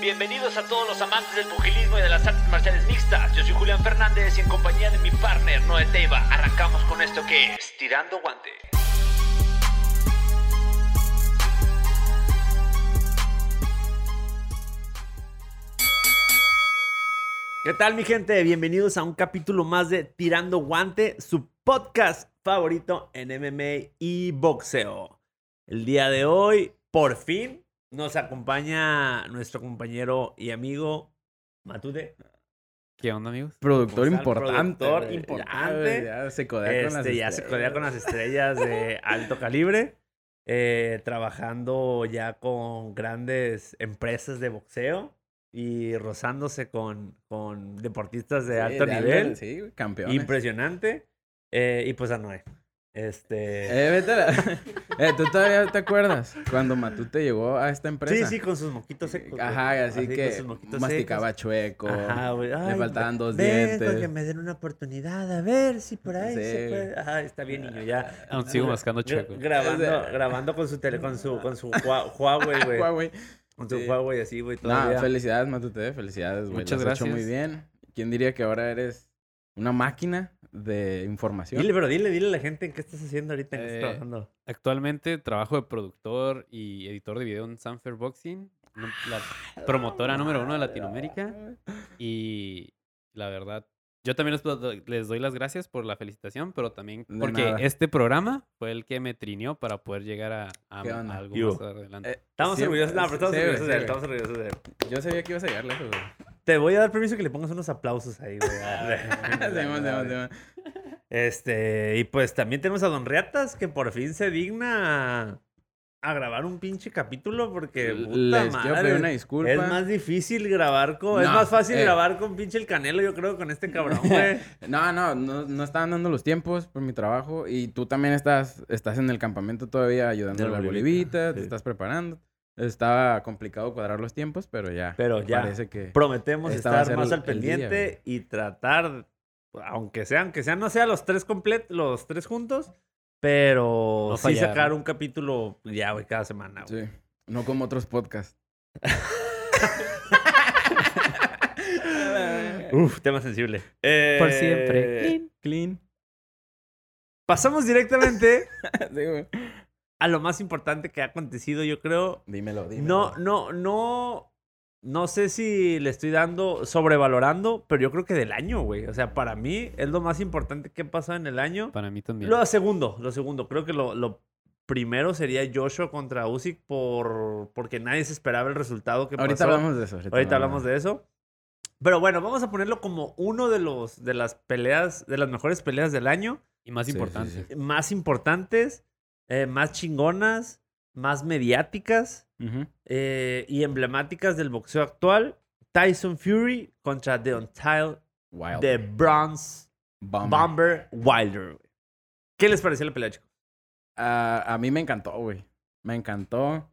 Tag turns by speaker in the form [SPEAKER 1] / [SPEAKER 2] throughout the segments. [SPEAKER 1] Bienvenidos a todos los amantes del pugilismo y de las artes marciales mixtas. Yo soy Julián Fernández y en compañía de mi partner Noé Teiva arrancamos con esto que es Tirando Guante.
[SPEAKER 2] ¿Qué tal mi gente? Bienvenidos a un capítulo más de Tirando Guante, su podcast favorito en MMA y boxeo. El día de hoy, por fin, nos acompaña nuestro compañero y amigo Matute.
[SPEAKER 3] ¿Qué onda, amigos?
[SPEAKER 2] Productor
[SPEAKER 3] importante,
[SPEAKER 2] Pues, Productor
[SPEAKER 3] güey.
[SPEAKER 2] importante.
[SPEAKER 3] Ya, ya se codea con las
[SPEAKER 2] Este, ya se
[SPEAKER 3] estrellas.
[SPEAKER 2] codea con las estrellas de alto calibre, eh, trabajando ya con grandes empresas de boxeo y rozándose con, con deportistas de
[SPEAKER 3] Sí,
[SPEAKER 2] alto nivel.
[SPEAKER 3] Sí, güey, campeones.
[SPEAKER 2] Impresionante. Eh, y pues a Noé. Este.
[SPEAKER 3] eh, vete a la- eh, ¿tú todavía te acuerdas cuando Matute llegó a esta
[SPEAKER 2] sí,
[SPEAKER 3] empresa?
[SPEAKER 2] sí, con sus moquitos secos. güey.
[SPEAKER 3] Eh, Ajá, así,
[SPEAKER 2] con
[SPEAKER 3] que
[SPEAKER 2] sus moquitos
[SPEAKER 3] masticaba
[SPEAKER 2] secos.
[SPEAKER 3] chueco.
[SPEAKER 2] Ajá, güey.
[SPEAKER 3] Le
[SPEAKER 2] Ay,
[SPEAKER 3] faltaban dos
[SPEAKER 2] vengo a
[SPEAKER 3] dientes.
[SPEAKER 2] que me den una oportunidad, a ver si por ahí se
[SPEAKER 3] Sí.
[SPEAKER 2] puede. Ajá, está bien, niño, ya.
[SPEAKER 4] Aún Ah, sigo mascando
[SPEAKER 2] Gra-
[SPEAKER 4] chueco.
[SPEAKER 2] grabando,
[SPEAKER 3] O sea-
[SPEAKER 2] grabando con su tele, con su, con su Hua- Huawei, güey.
[SPEAKER 3] Huawei.
[SPEAKER 2] Con su
[SPEAKER 3] Sí.
[SPEAKER 2] Huawei así, güey,
[SPEAKER 3] No,
[SPEAKER 2] todavía.
[SPEAKER 3] felicidades, Matute. Felicidades, güey.
[SPEAKER 4] Muchas
[SPEAKER 3] lo has hecho
[SPEAKER 4] gracias.
[SPEAKER 3] muy bien. ¿Quién diría que ahora eres una máquina de información?
[SPEAKER 2] dile, pero dile, dile a la gente en qué estás haciendo ahorita, en qué estás
[SPEAKER 4] Eh,
[SPEAKER 2] trabajando.
[SPEAKER 4] Actualmente trabajo de productor y editor de video en Sanfer Boxing, nu-
[SPEAKER 3] Ah,
[SPEAKER 4] la promotora número uno de Latinoamérica. Y la verdad, yo también les, do- les doy las gracias por la felicitación, pero también
[SPEAKER 3] De
[SPEAKER 4] porque
[SPEAKER 3] nada.
[SPEAKER 4] este programa fue el que me trineó para poder llegar a, a-
[SPEAKER 3] ¿Qué
[SPEAKER 4] a
[SPEAKER 3] onda?
[SPEAKER 4] algo
[SPEAKER 2] Yo.
[SPEAKER 4] más adelante.
[SPEAKER 3] Eh,
[SPEAKER 2] Estamos
[SPEAKER 3] sí,
[SPEAKER 2] orgullosos, no, pero estamos
[SPEAKER 3] sí, güey,
[SPEAKER 2] orgullosos de él,
[SPEAKER 3] sí, güey.
[SPEAKER 2] estamos orgullosos de él.
[SPEAKER 3] Yo sabía que ibas a llegar lejos, güey.
[SPEAKER 2] Te voy a dar permiso que le pongas unos aplausos ahí, güey.
[SPEAKER 3] Simón, Simón, Simón.
[SPEAKER 2] Este, y pues también tenemos a Don Reatas, que por fin se digna a- a grabar un pinche capítulo, porque puta
[SPEAKER 3] Les quiero
[SPEAKER 2] madre,
[SPEAKER 3] pedir una disculpa.
[SPEAKER 2] Es más difícil grabar con... es
[SPEAKER 3] No,
[SPEAKER 2] más fácil
[SPEAKER 3] eh.
[SPEAKER 2] grabar con pinche el canelo, yo creo, con este cabrón, güey.
[SPEAKER 3] No, no, no, no estaban dando los tiempos por mi trabajo y tú también estás, estás en el campamento todavía ayudando a
[SPEAKER 2] De la
[SPEAKER 3] la
[SPEAKER 2] bolivita,
[SPEAKER 3] bolivita,
[SPEAKER 2] sí.
[SPEAKER 3] te estás preparando. Estaba complicado cuadrar los tiempos, pero ya.
[SPEAKER 2] Pero ya.
[SPEAKER 3] Parece que...
[SPEAKER 2] Prometemos
[SPEAKER 3] Esta va a
[SPEAKER 2] estar
[SPEAKER 3] ser
[SPEAKER 2] más
[SPEAKER 3] el-
[SPEAKER 2] al
[SPEAKER 3] el día,
[SPEAKER 2] pendiente y tratar, aunque sea, aunque sea, no sea los tres completos, los tres juntos, pero
[SPEAKER 4] No
[SPEAKER 2] sí
[SPEAKER 4] fallar,
[SPEAKER 2] sacar
[SPEAKER 4] ¿no?
[SPEAKER 2] un capítulo ya, güey, cada semana, güey.
[SPEAKER 3] Sí. No como otros podcasts.
[SPEAKER 2] Uf, tema sensible.
[SPEAKER 4] Por
[SPEAKER 2] Eh,
[SPEAKER 4] siempre.
[SPEAKER 3] Clean.
[SPEAKER 2] Pasamos directamente
[SPEAKER 3] Sí, güey.
[SPEAKER 2] a lo más importante que ha acontecido, yo creo.
[SPEAKER 3] Dímelo, dímelo.
[SPEAKER 2] No, no, no. No sé si le estoy dando sobrevalorando, pero yo creo que del año, güey. O sea, para mí es lo más importante que ha pasado en el año.
[SPEAKER 4] Para mí también.
[SPEAKER 2] Lo segundo, lo segundo. Creo que lo, lo primero sería Joshua contra Usyk por, porque nadie se esperaba el resultado que
[SPEAKER 3] Ahorita
[SPEAKER 2] pasó.
[SPEAKER 3] hablamos de eso. Ahorita,
[SPEAKER 2] Ahorita hablamos de eso. Pero bueno, vamos a ponerlo como uno de los de las peleas, de las mejores peleas del año,
[SPEAKER 4] y más
[SPEAKER 3] Sí, sí,
[SPEAKER 4] importante,
[SPEAKER 3] sí.
[SPEAKER 2] más importantes, eh, más chingonas, más mediáticas
[SPEAKER 3] Ujú.
[SPEAKER 2] eh, y emblemáticas del boxeo actual. Tyson Fury contra Deontay
[SPEAKER 3] Wild.
[SPEAKER 2] de Bronze
[SPEAKER 3] Bomber.
[SPEAKER 2] Bomber Wilder. güey. ¿Qué les pareció la pelea, chicos?
[SPEAKER 3] Ah, a mí me encantó, güey. Me encantó.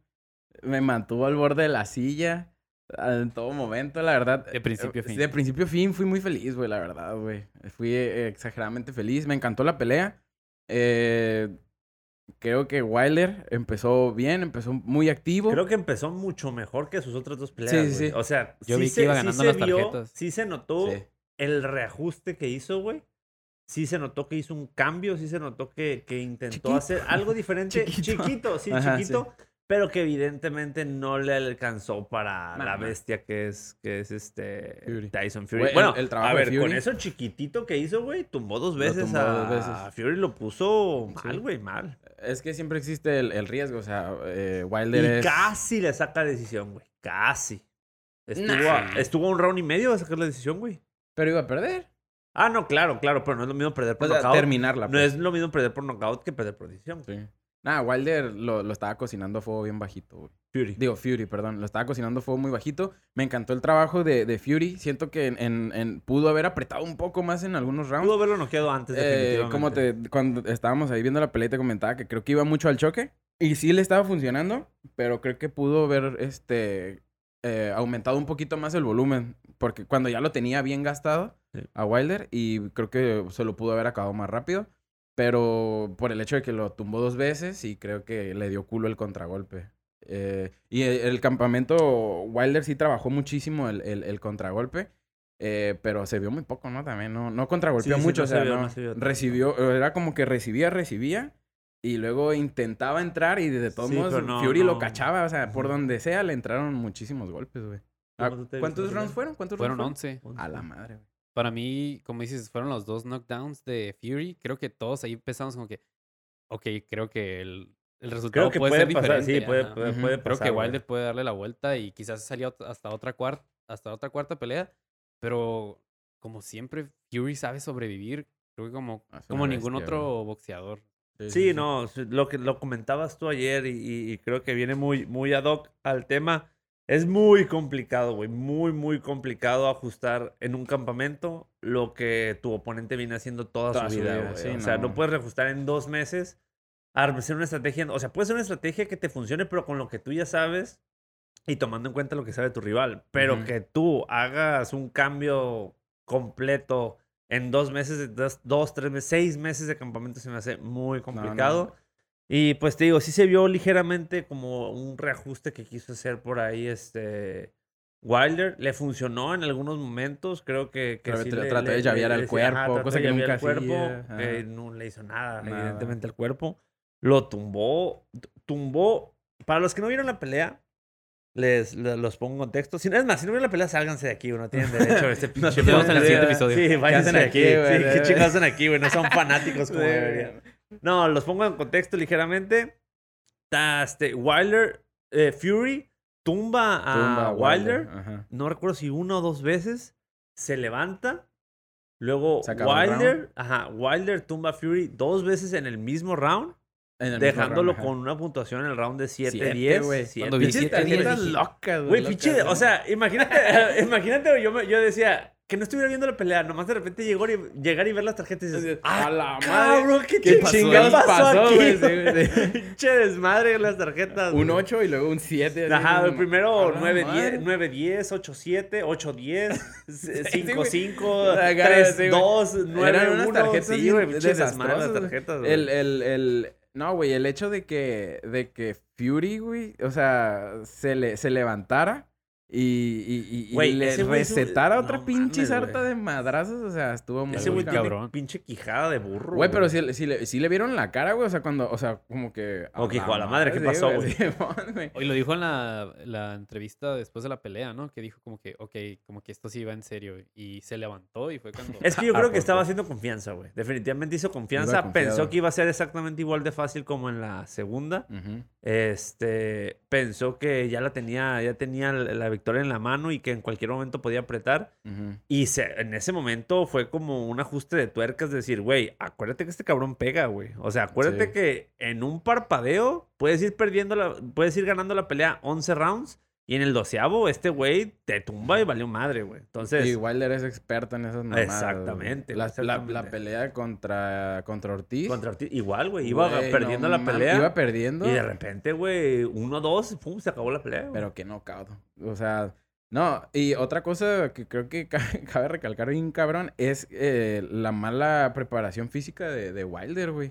[SPEAKER 3] Me mantuvo al borde de la silla ah, en todo momento, la verdad.
[SPEAKER 4] De principio a
[SPEAKER 3] Eh,
[SPEAKER 4] fin.
[SPEAKER 3] De principio a fin fui muy feliz, güey, la verdad, güey. Fui eh, exageradamente feliz. Me encantó la pelea. Eh, creo que Wilder empezó bien, empezó muy activo.
[SPEAKER 2] Creo que empezó mucho mejor que sus otras dos peleas.
[SPEAKER 3] Sí, sí,
[SPEAKER 2] güey.
[SPEAKER 3] sí.
[SPEAKER 2] O sea,
[SPEAKER 4] Yo
[SPEAKER 2] sí
[SPEAKER 4] vi que
[SPEAKER 2] se,
[SPEAKER 4] iba
[SPEAKER 2] sí
[SPEAKER 4] ganando
[SPEAKER 2] se
[SPEAKER 4] las
[SPEAKER 2] vio,
[SPEAKER 4] tarjetas.
[SPEAKER 2] Sí se notó
[SPEAKER 3] Sí.
[SPEAKER 2] el reajuste que hizo, güey. Sí se notó que hizo un cambio, sí se notó que, que intentó
[SPEAKER 3] Chiquito.
[SPEAKER 2] hacer algo diferente.
[SPEAKER 3] Chiquito.
[SPEAKER 2] Chiquito, sí,
[SPEAKER 3] Ajá,
[SPEAKER 2] chiquito. Pero que evidentemente no le alcanzó para la
[SPEAKER 3] Mamá.
[SPEAKER 2] bestia que es, que es este
[SPEAKER 3] Fury.
[SPEAKER 2] Tyson Fury.
[SPEAKER 3] Güey, el-
[SPEAKER 2] bueno,
[SPEAKER 3] el trabajo
[SPEAKER 2] a
[SPEAKER 3] de
[SPEAKER 2] ver,
[SPEAKER 3] Fury.
[SPEAKER 2] con eso chiquitito que hizo, güey, tumbó dos
[SPEAKER 3] Lo
[SPEAKER 2] veces
[SPEAKER 3] tumbó
[SPEAKER 2] a
[SPEAKER 3] dos veces.
[SPEAKER 2] a Fury, lo puso mal,
[SPEAKER 3] Sí.
[SPEAKER 2] güey, mal.
[SPEAKER 3] Es que siempre existe el, el riesgo, o sea, eh,
[SPEAKER 2] Y
[SPEAKER 3] Wilder es...
[SPEAKER 2] casi le saca decisión, güey. Casi. Estuvo,
[SPEAKER 3] Nah.
[SPEAKER 2] a, estuvo a un round y medio a sacar la decisión, güey.
[SPEAKER 3] Pero iba a perder.
[SPEAKER 2] Ah, no, claro, claro, pero no es lo mismo perder
[SPEAKER 3] O
[SPEAKER 2] por
[SPEAKER 3] sea,
[SPEAKER 2] nocaut.
[SPEAKER 3] terminarla.
[SPEAKER 2] No
[SPEAKER 3] pues.
[SPEAKER 2] es lo mismo perder por nocaut que perder por decisión. güey.
[SPEAKER 3] Sí. Nah, Wilder lo, lo estaba cocinando a fuego bien bajito, güey.
[SPEAKER 2] Fury.
[SPEAKER 3] Digo, Fury, perdón. Lo estaba cocinando a fuego muy bajito. Me encantó el trabajo de, de Fury. Siento que en, en- en- pudo haber apretado un poco más en algunos rounds.
[SPEAKER 2] Pudo haberlo noqueado antes,
[SPEAKER 3] Eh,
[SPEAKER 2] definitivamente.
[SPEAKER 3] como te, cuando estábamos ahí viendo la pelea, te comentaba que creo que iba mucho al choque. Y sí le estaba funcionando, pero creo que pudo haber este, eh, aumentado un poquito más el volumen. Porque cuando ya lo tenía bien gastado
[SPEAKER 2] Sí.
[SPEAKER 3] a Wilder, y creo que se lo pudo haber acabado más rápido. Pero por el hecho de que lo tumbó dos veces, y creo que le dio culo el contragolpe. Eh, y el, el campamento Wilder sí trabajó muchísimo el, el- el contragolpe, eh, pero se vio muy poco, ¿no? También no, no contragolpeó
[SPEAKER 2] Sí, sí,
[SPEAKER 3] mucho,
[SPEAKER 2] no
[SPEAKER 3] o
[SPEAKER 2] se
[SPEAKER 3] sea,
[SPEAKER 2] vio,
[SPEAKER 3] no,
[SPEAKER 2] no se vio tanto.
[SPEAKER 3] recibió, era como que recibía, recibía, y luego intentaba entrar y de todos
[SPEAKER 2] Sí,
[SPEAKER 3] modos
[SPEAKER 2] pero no,
[SPEAKER 3] Fury
[SPEAKER 2] no.
[SPEAKER 3] lo cachaba, o sea, por
[SPEAKER 2] Ujú.
[SPEAKER 3] donde sea le entraron muchísimos golpes, güey. Ah,
[SPEAKER 2] ¿Cómo tú te
[SPEAKER 3] ¿Cuántos
[SPEAKER 2] viste?
[SPEAKER 3] rounds fueron? ¿Cuántos
[SPEAKER 4] Fueron
[SPEAKER 3] rounds
[SPEAKER 4] 11.
[SPEAKER 3] fueron? A la madre, güey.
[SPEAKER 4] Para mí, como dices, fueron los dos knockdowns de Fury. Creo que todos ahí pensamos como que, ok, creo que el, el resultado
[SPEAKER 2] Creo que
[SPEAKER 4] puede,
[SPEAKER 2] puede
[SPEAKER 4] ser
[SPEAKER 2] pasar,
[SPEAKER 4] diferente.
[SPEAKER 2] sí, puede,
[SPEAKER 4] ajá.
[SPEAKER 2] puede,
[SPEAKER 3] Ujú.
[SPEAKER 2] puede
[SPEAKER 4] Creo
[SPEAKER 2] pasar,
[SPEAKER 4] que
[SPEAKER 2] güey.
[SPEAKER 4] Wilder puede darle la vuelta y quizás salía ot- hasta otra cuarta, hasta otra cuarta pelea, pero como siempre Fury sabe sobrevivir, creo que como,
[SPEAKER 3] Ah, es una
[SPEAKER 4] como ningún
[SPEAKER 3] bestia,
[SPEAKER 4] otro boxeador.
[SPEAKER 2] Sí, no, sí, lo que lo comentabas tú ayer y, y- y creo que viene muy, muy ad hoc al tema. Es muy complicado, güey, muy, muy complicado ajustar en un campamento lo que tu oponente viene haciendo toda,
[SPEAKER 3] Toda
[SPEAKER 2] su
[SPEAKER 3] su
[SPEAKER 2] vida,
[SPEAKER 3] vida,
[SPEAKER 2] güey.
[SPEAKER 3] sí,
[SPEAKER 2] o sea, no
[SPEAKER 3] no.
[SPEAKER 2] puedes reajustar en dos meses, hacer una estrategia, o sea, puede ser una estrategia que te funcione, pero con lo que tú ya sabes y tomando en cuenta lo que sabe tu rival, pero
[SPEAKER 3] Ujú.
[SPEAKER 2] que tú hagas un cambio completo en dos meses, de- dos, dos, tres meses, seis meses de campamento se me hace muy complicado. Y pues te digo, sí se vio ligeramente como un reajuste que quiso hacer por ahí este Wilder. Le funcionó en algunos momentos, creo que... que
[SPEAKER 3] Tra-
[SPEAKER 2] sí
[SPEAKER 3] tra-
[SPEAKER 2] le-
[SPEAKER 3] trató
[SPEAKER 2] le-
[SPEAKER 3] de llavear
[SPEAKER 2] le-
[SPEAKER 3] al
[SPEAKER 2] le- sí,
[SPEAKER 3] cuerpo,
[SPEAKER 2] trató de
[SPEAKER 3] cosa que
[SPEAKER 2] llavear al
[SPEAKER 3] nunca
[SPEAKER 2] cuerpo,
[SPEAKER 3] hacía,
[SPEAKER 2] que
[SPEAKER 3] ajá.
[SPEAKER 2] no le hizo nada,
[SPEAKER 3] Nada.
[SPEAKER 2] evidentemente, al cuerpo. Lo tumbó, t- tumbó... Para los que no vieron la pelea, les, le- los pongo en contexto. Si, no- es más, si no vieron la pelea, sálganse de aquí, güey, no tienen derecho a este
[SPEAKER 3] No
[SPEAKER 2] pinche
[SPEAKER 3] te
[SPEAKER 4] vemos en el
[SPEAKER 2] podcast.
[SPEAKER 4] siguiente episodio.
[SPEAKER 2] Sí, váyanse de aquí.
[SPEAKER 3] aquí, güey?
[SPEAKER 2] sí, ¿Qué chingados hacen aquí, güey? No son fanáticos como
[SPEAKER 3] Sí,
[SPEAKER 2] deberían. No, los pongo en contexto ligeramente. Ta- Este, Wilder, eh, Fury tumba a
[SPEAKER 3] Tumba
[SPEAKER 2] Wilder.
[SPEAKER 3] ajá.
[SPEAKER 2] No recuerdo si una o dos veces. Se levanta. Luego
[SPEAKER 3] Se acabó el
[SPEAKER 2] Wilder, ajá, Wilder tumba a Fury dos veces en el mismo round,
[SPEAKER 3] En el mismo
[SPEAKER 2] dejándolo
[SPEAKER 3] round, ajá.
[SPEAKER 2] con una puntuación en el round de
[SPEAKER 3] Siete,
[SPEAKER 2] 7-10.
[SPEAKER 3] güey.
[SPEAKER 2] siete,
[SPEAKER 4] Cuando vi
[SPEAKER 3] Pinches
[SPEAKER 4] 17 días,
[SPEAKER 3] tarjetas
[SPEAKER 4] dije,
[SPEAKER 3] locas, güey.
[SPEAKER 2] Güey,
[SPEAKER 3] locas,
[SPEAKER 2] pinche,
[SPEAKER 3] ¿no?
[SPEAKER 2] o sea, imagínate, eh, imagínate, yo, me- yo decía que no estuviera viendo la pelea, nomás de repente llegó y- llegar y ver las tarjetas y dices,
[SPEAKER 3] A
[SPEAKER 2] ¡ah,
[SPEAKER 3] la madre.
[SPEAKER 2] cabrón! ¿Qué,
[SPEAKER 3] ¿Qué
[SPEAKER 2] pasó,
[SPEAKER 3] chingados
[SPEAKER 2] ¿Qué
[SPEAKER 3] pasó,
[SPEAKER 2] aquí,
[SPEAKER 3] güey? Sí,
[SPEAKER 2] güey?
[SPEAKER 3] güey, sí.
[SPEAKER 2] Pinche desmadre en las tarjetas.
[SPEAKER 3] Un
[SPEAKER 2] güey.
[SPEAKER 3] 8 y luego un 7.
[SPEAKER 2] Ajá, güey, primero 9-10, 9-10, 8-7, 8-10,
[SPEAKER 3] güey.
[SPEAKER 2] 5-5,
[SPEAKER 3] Agarra, sí, güey.
[SPEAKER 2] 3-2, 9-1.
[SPEAKER 3] Eran unas tarjetas
[SPEAKER 2] sí,
[SPEAKER 3] bien
[SPEAKER 2] güey, pinche desmadre
[SPEAKER 3] desastrosas,
[SPEAKER 2] las
[SPEAKER 3] güey.
[SPEAKER 2] tarjetas, güey.
[SPEAKER 3] El, el, el... No, güey, el hecho de que, de que Fury, güey, o sea, se, le, se levantara y, y, y, y
[SPEAKER 2] Güey,
[SPEAKER 3] le
[SPEAKER 2] ese güey es un-
[SPEAKER 3] recetara
[SPEAKER 2] no
[SPEAKER 3] otra
[SPEAKER 2] mames,
[SPEAKER 3] pinche
[SPEAKER 2] güey.
[SPEAKER 3] sarta de madrazos, o sea, estuvo muy
[SPEAKER 2] Ese güey
[SPEAKER 4] Muy
[SPEAKER 2] tiene
[SPEAKER 4] cabrón.
[SPEAKER 2] pinche quijada de burro.
[SPEAKER 3] Güey, pero si, si, le, si le vieron la cara, güey. O sea, cuando, o sea, como que.
[SPEAKER 2] Como que dijo, "A la madre, ¿qué
[SPEAKER 3] sí,
[SPEAKER 2] pasó, güey?"
[SPEAKER 3] Simón, güey.
[SPEAKER 4] Y lo dijo en la, la entrevista después de la pelea, ¿no? Que dijo como que, ok, como que esto sí va en serio. Y se levantó y fue cuando...
[SPEAKER 2] Es que yo
[SPEAKER 3] Ah,
[SPEAKER 2] creo que
[SPEAKER 3] por
[SPEAKER 2] estaba
[SPEAKER 3] favor.
[SPEAKER 2] haciendo confianza, güey. Definitivamente hizo confianza.
[SPEAKER 3] confiado.
[SPEAKER 2] Pensó que iba a ser exactamente igual de fácil como en la segunda.
[SPEAKER 3] Ujú.
[SPEAKER 2] Este, pensó que ya la tenía, ya tenía la la victoria en la mano y que en cualquier momento podía apretar.
[SPEAKER 3] Ujú.
[SPEAKER 2] Y se- en ese momento fue como un ajuste de tuercas, de decir, güey, acuérdate que este cabrón pega, güey. O sea, acuérdate
[SPEAKER 3] Sí.
[SPEAKER 2] que en un parpadeo puedes ir perdiendo, la, puedes ir ganando la pelea 11 rounds y en el doceavo este güey te tumba y valió madre, güey. Entonces,
[SPEAKER 3] Y Wilder es experto en esas mamadas.
[SPEAKER 2] Exactamente,
[SPEAKER 3] güey. La, la- la
[SPEAKER 2] exactamente.
[SPEAKER 3] pelea contra, contra Ortiz.
[SPEAKER 2] contra Ortiz, igual, güey, iba
[SPEAKER 3] Güey,
[SPEAKER 2] perdiendo
[SPEAKER 3] no
[SPEAKER 2] la
[SPEAKER 3] mames,
[SPEAKER 2] pelea.
[SPEAKER 3] Iba perdiendo.
[SPEAKER 2] Y de repente, güey, 1-2, pum, se acabó la pelea. güey.
[SPEAKER 3] Pero que no, cabrón. O sea, no. Y otra cosa que creo que ca- cabe recalcar bien, cabrón, es eh, la mala preparación física de, de Wilder, güey.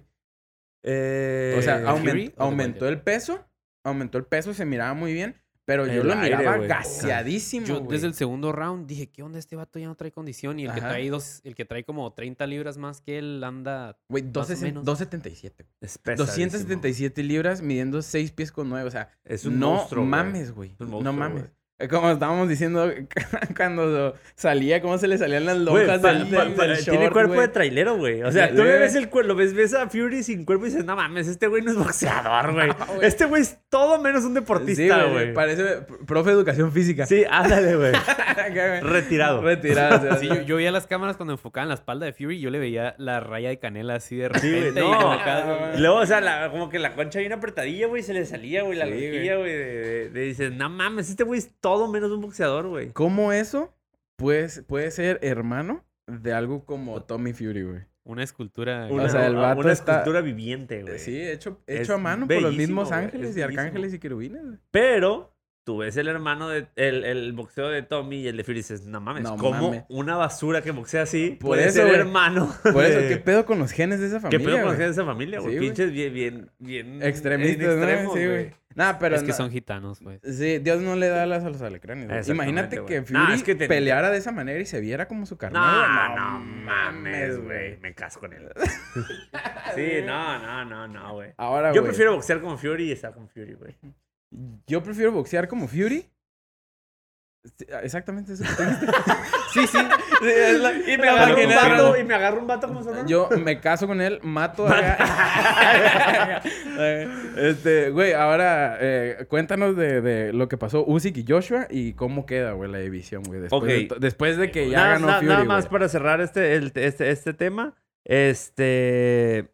[SPEAKER 2] Eh,
[SPEAKER 3] O sea,
[SPEAKER 4] ¿de
[SPEAKER 3] aument-
[SPEAKER 4] Fury o de
[SPEAKER 3] aumentó
[SPEAKER 4] Wilder?
[SPEAKER 3] el peso. Aumentó el peso, se miraba muy bien. Pero yo
[SPEAKER 2] El
[SPEAKER 3] lo
[SPEAKER 2] aire,
[SPEAKER 3] miraba
[SPEAKER 2] güey.
[SPEAKER 3] gaseadísimo.
[SPEAKER 4] Yo
[SPEAKER 3] güey.
[SPEAKER 4] desde el segundo round dije, ¿qué onda? Este vato ya no trae condición. Y el que
[SPEAKER 3] Ajá.
[SPEAKER 4] trae dos, el que trae como 30 libras más que él anda...
[SPEAKER 3] Güey,
[SPEAKER 4] Más o
[SPEAKER 3] 12
[SPEAKER 4] menos.
[SPEAKER 3] 277. güey.
[SPEAKER 2] es pesadísimo.
[SPEAKER 3] 277 libras midiendo 6 pies con 9. O sea,
[SPEAKER 2] Es un
[SPEAKER 3] no
[SPEAKER 2] monstruo, güey.
[SPEAKER 3] mames, güey.
[SPEAKER 2] Es un
[SPEAKER 3] no
[SPEAKER 2] monstruo,
[SPEAKER 3] mames.
[SPEAKER 2] güey.
[SPEAKER 3] Eh, Como estábamos diciendo cuando salía, cómo se le salían las
[SPEAKER 2] Güey,
[SPEAKER 3] lonjas
[SPEAKER 2] pa-
[SPEAKER 3] del,
[SPEAKER 2] pa-
[SPEAKER 3] del-
[SPEAKER 2] pa-
[SPEAKER 3] del
[SPEAKER 2] tiene
[SPEAKER 3] short,
[SPEAKER 2] cuerpo
[SPEAKER 3] güey.
[SPEAKER 2] de trailero, güey. O sea,
[SPEAKER 3] Ya
[SPEAKER 2] tú le
[SPEAKER 3] sé.
[SPEAKER 2] ves el cuerpo, lo ves, ves a Fury sin cuerpo y dices, no mames, este güey no es boxeador, güey.
[SPEAKER 3] güey.
[SPEAKER 2] este güey es todo menos un deportista,
[SPEAKER 3] Sí,
[SPEAKER 2] güey.
[SPEAKER 3] Parece profe de educación física.
[SPEAKER 2] Sí, ándale, güey.
[SPEAKER 3] Acá, güey.
[SPEAKER 2] Retirado.
[SPEAKER 3] Retirado. o sea,
[SPEAKER 4] Sí, yo, yo veía las cámaras cuando enfocaban la espalda de Fury, yo le veía la raya de canela así de
[SPEAKER 2] Sí, güey,
[SPEAKER 4] repente. y
[SPEAKER 2] no. Ah,
[SPEAKER 4] acá-
[SPEAKER 2] Y Luego, o sea, la- como que la concha bien apretadilla, güey, se le salía, güey, la
[SPEAKER 3] Sí, güey.
[SPEAKER 2] lejía, güey. De, de- de- dices, no mames, este güey es todo menos un boxeador, güey.
[SPEAKER 3] ¿Cómo eso pues, puede ser hermano de algo como Tommy Fury, güey?
[SPEAKER 4] Una escultura.
[SPEAKER 2] Una,
[SPEAKER 3] O sea, el vato
[SPEAKER 2] una
[SPEAKER 3] está-
[SPEAKER 2] escultura viviente, güey.
[SPEAKER 3] Sí, hecho,
[SPEAKER 2] Es
[SPEAKER 3] hecho a mano por los
[SPEAKER 2] bellísimo,
[SPEAKER 3] mismos
[SPEAKER 2] güey,
[SPEAKER 3] ángeles
[SPEAKER 2] es
[SPEAKER 3] y
[SPEAKER 2] bellísimo.
[SPEAKER 3] arcángeles y querubines. güey.
[SPEAKER 2] Pero tú ves el hermano de el, el boxeo de Tommy y el de Fury y dices, no mames,
[SPEAKER 3] No
[SPEAKER 2] ¿cómo
[SPEAKER 3] mames.
[SPEAKER 2] una basura que boxea así
[SPEAKER 3] Por
[SPEAKER 2] puede
[SPEAKER 3] eso,
[SPEAKER 2] ser
[SPEAKER 3] güey.
[SPEAKER 2] hermano?
[SPEAKER 3] Por eso,
[SPEAKER 2] de-
[SPEAKER 3] ¿qué pedo con los genes de esa
[SPEAKER 2] Eh, ¿Qué
[SPEAKER 3] familia?
[SPEAKER 2] pedo con
[SPEAKER 3] güey?
[SPEAKER 2] los genes de esa familia, güey?
[SPEAKER 3] Sí, güey.
[SPEAKER 2] Pinches bien, bien, bien...
[SPEAKER 3] Extremistas,
[SPEAKER 2] en
[SPEAKER 3] ¿no?
[SPEAKER 2] extremos,
[SPEAKER 3] sí, güey. Nah, pero
[SPEAKER 4] es que
[SPEAKER 3] no-
[SPEAKER 4] son gitanos, pues.
[SPEAKER 3] Sí, Dios no le da alas a los alecranes. güey.
[SPEAKER 2] Exactamente,
[SPEAKER 3] Imagínate
[SPEAKER 2] güey.
[SPEAKER 3] que Fury
[SPEAKER 2] Nah, es que te-
[SPEAKER 3] peleara de esa manera y se viera como su carnal.
[SPEAKER 2] No,
[SPEAKER 3] güey.
[SPEAKER 2] no mames, güey. Me caso con él. sí, no, no, no, no, güey. Yo
[SPEAKER 3] Ahora, Ah, güey,
[SPEAKER 2] prefiero boxear como Fury y estar con Fury, güey.
[SPEAKER 3] Yo prefiero boxear como Fury. Sí, ah, Exactamente eso. que tú dijiste. sí, sí. sí, es la-
[SPEAKER 2] Y me
[SPEAKER 3] la
[SPEAKER 2] agarro un
[SPEAKER 3] imaginé.
[SPEAKER 2] vato, y me agarro un vato como sonoro.
[SPEAKER 3] Yo me caso con él, mato a... este, güey, ahora eh, cuéntanos de, de lo que pasó Usyk y Joshua y cómo queda, güey, la división, güey. Después,
[SPEAKER 2] Ok.
[SPEAKER 3] de, to- después de que ya
[SPEAKER 2] nada,
[SPEAKER 3] ganó
[SPEAKER 2] nada-
[SPEAKER 3] Fury,
[SPEAKER 2] nada
[SPEAKER 3] güey.
[SPEAKER 2] más para cerrar este, el- este, este tema. Este.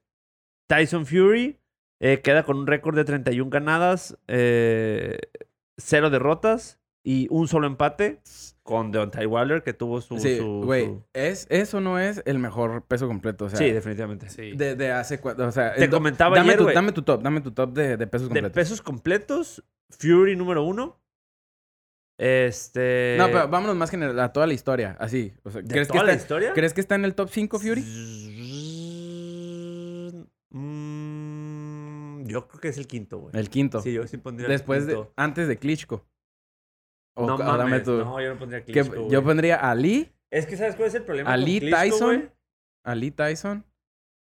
[SPEAKER 2] Tyson Fury eh, queda con un récord de 31 ganadas, eh, cero derrotas y un solo empate con Deontay Wilder, que tuvo su.
[SPEAKER 3] Sí,
[SPEAKER 2] su-
[SPEAKER 3] güey,
[SPEAKER 2] su-
[SPEAKER 3] es, eso no es el mejor peso completo, o sea,
[SPEAKER 2] sí, definitivamente.
[SPEAKER 4] Sí.
[SPEAKER 3] de, de hace cuatro, o sea,
[SPEAKER 2] Te
[SPEAKER 3] el do-
[SPEAKER 2] comentaba
[SPEAKER 3] dame,
[SPEAKER 2] ayer,
[SPEAKER 3] tu,
[SPEAKER 2] güey.
[SPEAKER 3] dame tu top, dame tu top de, de
[SPEAKER 2] De
[SPEAKER 3] pesos completos.
[SPEAKER 2] pesos completos, Fury número uno. Este.
[SPEAKER 3] No, pero vámonos más general, a toda la historia, así, o sea,
[SPEAKER 2] ¿De
[SPEAKER 3] ¿crees que, este
[SPEAKER 2] toda la
[SPEAKER 3] está,
[SPEAKER 2] historia?
[SPEAKER 3] ¿crees que está en el top 5 Fury?
[SPEAKER 2] Mm, yo creo que es el quinto, güey.
[SPEAKER 3] El quinto.
[SPEAKER 2] Sí, yo sí pondría el
[SPEAKER 3] Después de,
[SPEAKER 2] quinto.
[SPEAKER 3] antes de Klitschko. O-
[SPEAKER 2] no
[SPEAKER 3] o
[SPEAKER 2] mames,
[SPEAKER 3] dame tu-
[SPEAKER 2] no, yo no pondría
[SPEAKER 3] que-
[SPEAKER 2] Klitschko,
[SPEAKER 3] yo
[SPEAKER 2] güey.
[SPEAKER 3] pondría a Lee,
[SPEAKER 2] Es que ¿sabes cuál es el problema
[SPEAKER 3] Ali
[SPEAKER 2] con Klitschko,
[SPEAKER 3] Tyson.
[SPEAKER 2] güey?
[SPEAKER 3] a Lee Tyson,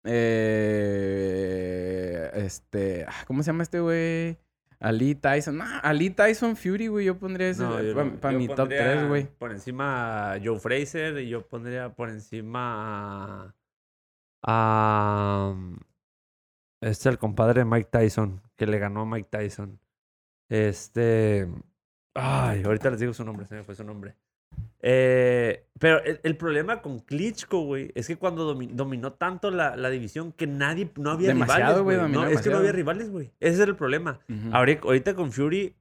[SPEAKER 3] eh, este, ah, ¿cómo se llama este güey? A Lee Tyson, no, a Lee Tyson Fury, güey, yo pondría ese
[SPEAKER 2] No, yo
[SPEAKER 3] para
[SPEAKER 2] no. Yo
[SPEAKER 3] eh, mi top
[SPEAKER 2] pondría
[SPEAKER 3] 3, güey.
[SPEAKER 2] Por encima a Joe Fraser y yo pondría por encima a... a um, este el compadre de Mike Tyson, que le ganó a Mike Tyson. Este... Ay, ahorita les digo su nombre, se me fue su nombre. Eh, pero el, el problema con Klitschko, güey, es que cuando domi- dominó tanto la, la división que nadie, no había
[SPEAKER 3] Demasiado,
[SPEAKER 2] rivales, güey.
[SPEAKER 3] güey,
[SPEAKER 2] No,
[SPEAKER 3] dominó
[SPEAKER 2] es que no
[SPEAKER 3] demasiado.
[SPEAKER 2] había rivales, güey. Ese era el problema.
[SPEAKER 3] Ujú.
[SPEAKER 2] Ahora- ahorita con Fury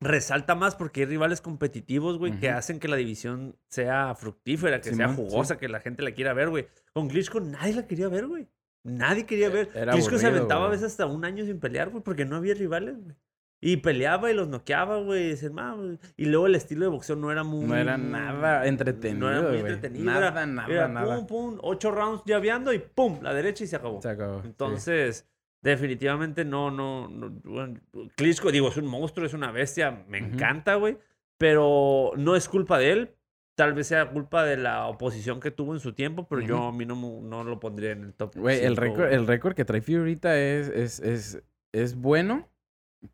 [SPEAKER 2] resalta más porque hay rivales competitivos, güey, que
[SPEAKER 3] Ujú.
[SPEAKER 2] hacen que la división sea fructífera, que sea
[SPEAKER 3] Simón,
[SPEAKER 2] jugosa, que la gente la quiera ver, güey. Con Klitschko nadie la quería ver, güey. Nadie quería ver.
[SPEAKER 3] E, era
[SPEAKER 2] Klitschko se
[SPEAKER 3] aburrido,
[SPEAKER 2] aventaba a
[SPEAKER 3] güey.
[SPEAKER 2] veces hasta un año sin pelear, güey, porque no había rivales, güey. Y peleaba y los noqueaba, güey. y decían, "Ma, güey". Y luego el estilo de boxeo no era muy...
[SPEAKER 3] No era nada entretenido,
[SPEAKER 2] No era muy
[SPEAKER 3] güey.
[SPEAKER 2] entretenido.
[SPEAKER 3] Nada,
[SPEAKER 2] era-
[SPEAKER 3] nada,
[SPEAKER 2] era
[SPEAKER 3] nada.
[SPEAKER 2] Pum, pum, ocho rounds llaveando y pum, la derecha y se acabó.
[SPEAKER 3] Se acabó, sí.
[SPEAKER 2] Entonces, definitivamente no, no, no bueno, Klitschko, digo, es un monstruo, es una bestia, me
[SPEAKER 3] Ujú.
[SPEAKER 2] encanta, güey, pero no es culpa de él, tal vez sea culpa de la oposición que tuvo en su tiempo, pero yo
[SPEAKER 3] Ujú.
[SPEAKER 2] a mí no, mu- no lo pondría en el top.
[SPEAKER 3] Güey, el
[SPEAKER 2] cinco,
[SPEAKER 3] récord,
[SPEAKER 2] güey.
[SPEAKER 3] el récord que trae Fury ahorita es, es, es, es bueno,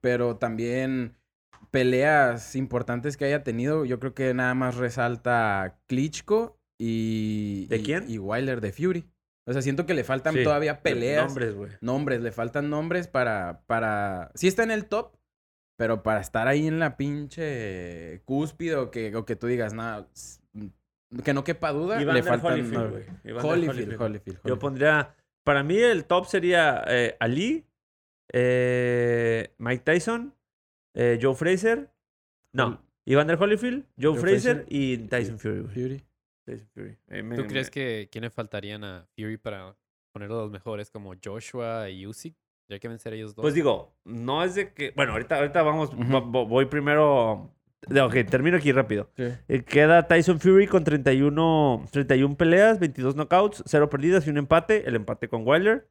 [SPEAKER 3] pero también peleas importantes que haya tenido. Yo creo que nada más resalta Klitschko y.
[SPEAKER 2] ¿De
[SPEAKER 3] y-
[SPEAKER 2] quién?
[SPEAKER 3] Y Wilder de Fury. O sea, siento que le faltan
[SPEAKER 2] Sí,
[SPEAKER 3] todavía peleas.
[SPEAKER 2] Nombres, güey.
[SPEAKER 3] nombres, le faltan nombres para, para... Sí está en el top, pero para estar ahí en la pinche cúspide o que, o que tú digas, nada, s- que no quepa duda, le
[SPEAKER 2] Evander
[SPEAKER 3] faltan...
[SPEAKER 2] Holyfield,
[SPEAKER 3] nombres.
[SPEAKER 2] güey. Evander
[SPEAKER 3] Holyfield,
[SPEAKER 2] Holyfield.
[SPEAKER 3] Holyfield, Holyfield.
[SPEAKER 2] Yo pondría, para mí el top sería eh, Ali, eh, Mike Tyson, eh, Joe Fraser,
[SPEAKER 3] Hol-
[SPEAKER 2] no, Evander Holyfield, Joe,
[SPEAKER 3] Joe
[SPEAKER 2] Fraser,
[SPEAKER 3] Frazer
[SPEAKER 2] y Tyson Fury. güey.
[SPEAKER 3] Fury.
[SPEAKER 2] Tyson Fury. Eh, me-
[SPEAKER 4] ¿Tú crees
[SPEAKER 2] me-
[SPEAKER 4] que quiénes faltarían a Fury para poner los mejores como Joshua y Usyk? Ya que vencer a ellos dos.
[SPEAKER 2] Pues digo, no es de que, bueno, ahorita, ahorita vamos,
[SPEAKER 3] Ujú.
[SPEAKER 2] vo- vo- voy primero, de- ok, termino aquí rápido.
[SPEAKER 3] Sí.
[SPEAKER 2] Eh, Queda Tyson Fury con 31, 31 peleas, 22 knockouts, 0 perdidas y un empate. El empate con Wilder.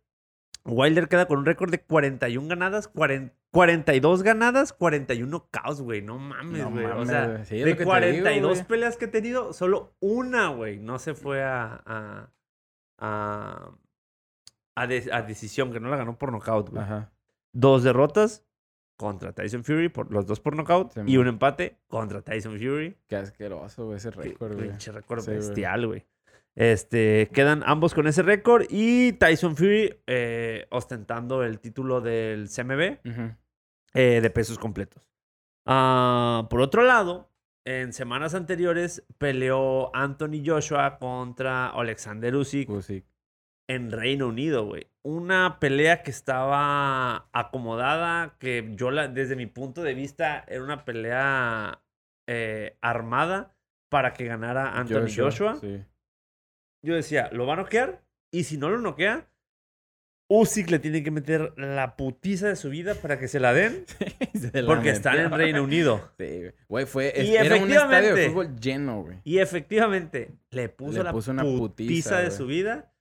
[SPEAKER 2] Wilder queda con un récord de 41 ganadas, 40 42 ganadas, 41 knockouts, güey. No mames,
[SPEAKER 3] No
[SPEAKER 2] güey. o
[SPEAKER 3] mames,
[SPEAKER 2] sea,
[SPEAKER 3] güey. Sí, es lo
[SPEAKER 2] de
[SPEAKER 3] que te digo,
[SPEAKER 2] 42
[SPEAKER 3] güey.
[SPEAKER 2] peleas que he tenido, solo una, güey, no se fue a... a, a a de- a decisión, que no la ganó por nocaut, güey.
[SPEAKER 3] Ajá.
[SPEAKER 2] Dos derrotas contra Tyson Fury, por, los dos por nocaut,
[SPEAKER 3] Sí,
[SPEAKER 2] y
[SPEAKER 3] man.
[SPEAKER 2] un empate contra Tyson Fury.
[SPEAKER 3] Qué asqueroso güey, ese récord,
[SPEAKER 2] Qué
[SPEAKER 3] güey.
[SPEAKER 2] pinche récord
[SPEAKER 3] Sí, güey.
[SPEAKER 2] bestial, güey. Este, quedan ambos con ese récord y Tyson Fury eh, ostentando el título del CMB
[SPEAKER 3] Ujú.
[SPEAKER 2] eh, de pesos completos. Ah, por otro lado, en semanas anteriores peleó Anthony Joshua contra Alexander Usyk
[SPEAKER 3] Usyk.
[SPEAKER 2] en Reino Unido, güey. Una pelea que estaba acomodada, que yo la, desde mi punto de vista era una pelea eh, armada para que ganara Anthony Joshua.
[SPEAKER 3] Sí.
[SPEAKER 2] Yo decía, ¿lo va a noquear? Y si no lo noquea, Usyk le tienen que meter la putiza de su vida para que se la den
[SPEAKER 3] Se la
[SPEAKER 2] porque están en
[SPEAKER 3] metió.
[SPEAKER 2] Reino Unido.
[SPEAKER 3] Sí, güey. güey. Fue,
[SPEAKER 2] Y
[SPEAKER 3] es- era un estadio
[SPEAKER 2] efectivamente-
[SPEAKER 3] de fútbol lleno, güey.
[SPEAKER 2] Y efectivamente, le puso
[SPEAKER 3] Le
[SPEAKER 2] la
[SPEAKER 3] puso una
[SPEAKER 2] putiza,
[SPEAKER 3] putiza,
[SPEAKER 2] de
[SPEAKER 3] güey.
[SPEAKER 2] su vida.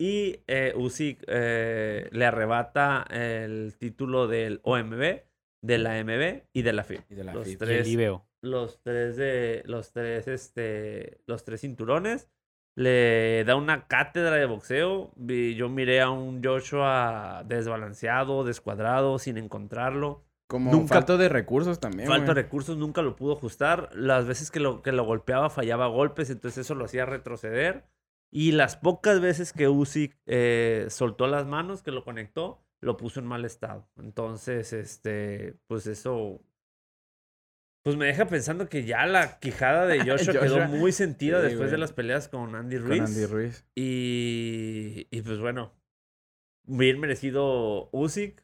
[SPEAKER 2] Y eh, Usyk eh, le arrebata el título del OMB, de la MB y de la FIB.
[SPEAKER 3] Y de la
[SPEAKER 2] Los
[SPEAKER 3] FIFA.
[SPEAKER 4] El
[SPEAKER 2] tres.
[SPEAKER 4] Ibeo.
[SPEAKER 2] los tres de los tres este los tres cinturones le da una cátedra de boxeo Vi- yo miré a un Joshua desbalanceado descuadrado sin encontrarlo
[SPEAKER 3] Como
[SPEAKER 2] Nunca-
[SPEAKER 3] falta de recursos también,
[SPEAKER 2] falta de
[SPEAKER 3] güey.
[SPEAKER 2] recursos nunca lo pudo ajustar las veces que lo que lo golpeaba fallaba golpes entonces eso lo hacía retroceder y las pocas veces que Usyk eh, soltó las manos que lo conectó lo puso en mal estado entonces este pues eso pues me deja pensando que ya la quijada de Joshua, quedó
[SPEAKER 3] Joshua.
[SPEAKER 2] muy sentida
[SPEAKER 3] Sí,
[SPEAKER 2] después de
[SPEAKER 3] güey.
[SPEAKER 2] las peleas con Andy
[SPEAKER 3] Con
[SPEAKER 2] Ruiz.
[SPEAKER 3] Andy Ruiz.
[SPEAKER 2] Y, y pues bueno, bien merecido Usyk.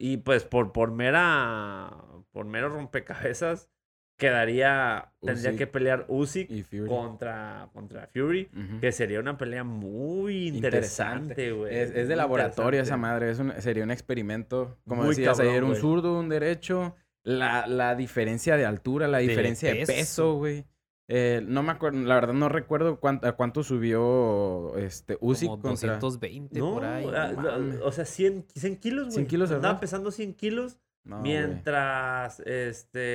[SPEAKER 2] Y pues por, por mera, por mero rompecabezas, quedaría, tendría
[SPEAKER 3] Usyk
[SPEAKER 2] que pelear Usyk
[SPEAKER 3] Y Fury.
[SPEAKER 2] contra, contra Fury,
[SPEAKER 3] Ujú.
[SPEAKER 2] que sería una pelea muy
[SPEAKER 3] Interesante.
[SPEAKER 2] interesante, güey.
[SPEAKER 3] Es, es de
[SPEAKER 2] muy
[SPEAKER 3] laboratorio esa
[SPEAKER 2] interesante.
[SPEAKER 3] madre. Es un- sería un experimento. Como
[SPEAKER 2] Muy
[SPEAKER 3] decías
[SPEAKER 2] cabrón,
[SPEAKER 3] ayer, un
[SPEAKER 2] güey.
[SPEAKER 3] zurdo, un derecho. La, la diferencia de altura, la diferencia de, peso,
[SPEAKER 4] peso.
[SPEAKER 3] güey. Eh, no me acuerdo, la verdad no recuerdo cuánto, a cuánto subió este Usyk
[SPEAKER 4] Como
[SPEAKER 3] contra
[SPEAKER 4] 220
[SPEAKER 2] No,
[SPEAKER 4] por ahí.
[SPEAKER 2] ah,
[SPEAKER 4] no
[SPEAKER 2] ah,
[SPEAKER 3] mames.
[SPEAKER 2] o sea, 100, 100 kilos, güey.
[SPEAKER 3] 100 kilos,
[SPEAKER 2] Andaba
[SPEAKER 3] ¿verdad?
[SPEAKER 2] pesando 100 kilos.
[SPEAKER 3] No, güey.
[SPEAKER 2] mientras,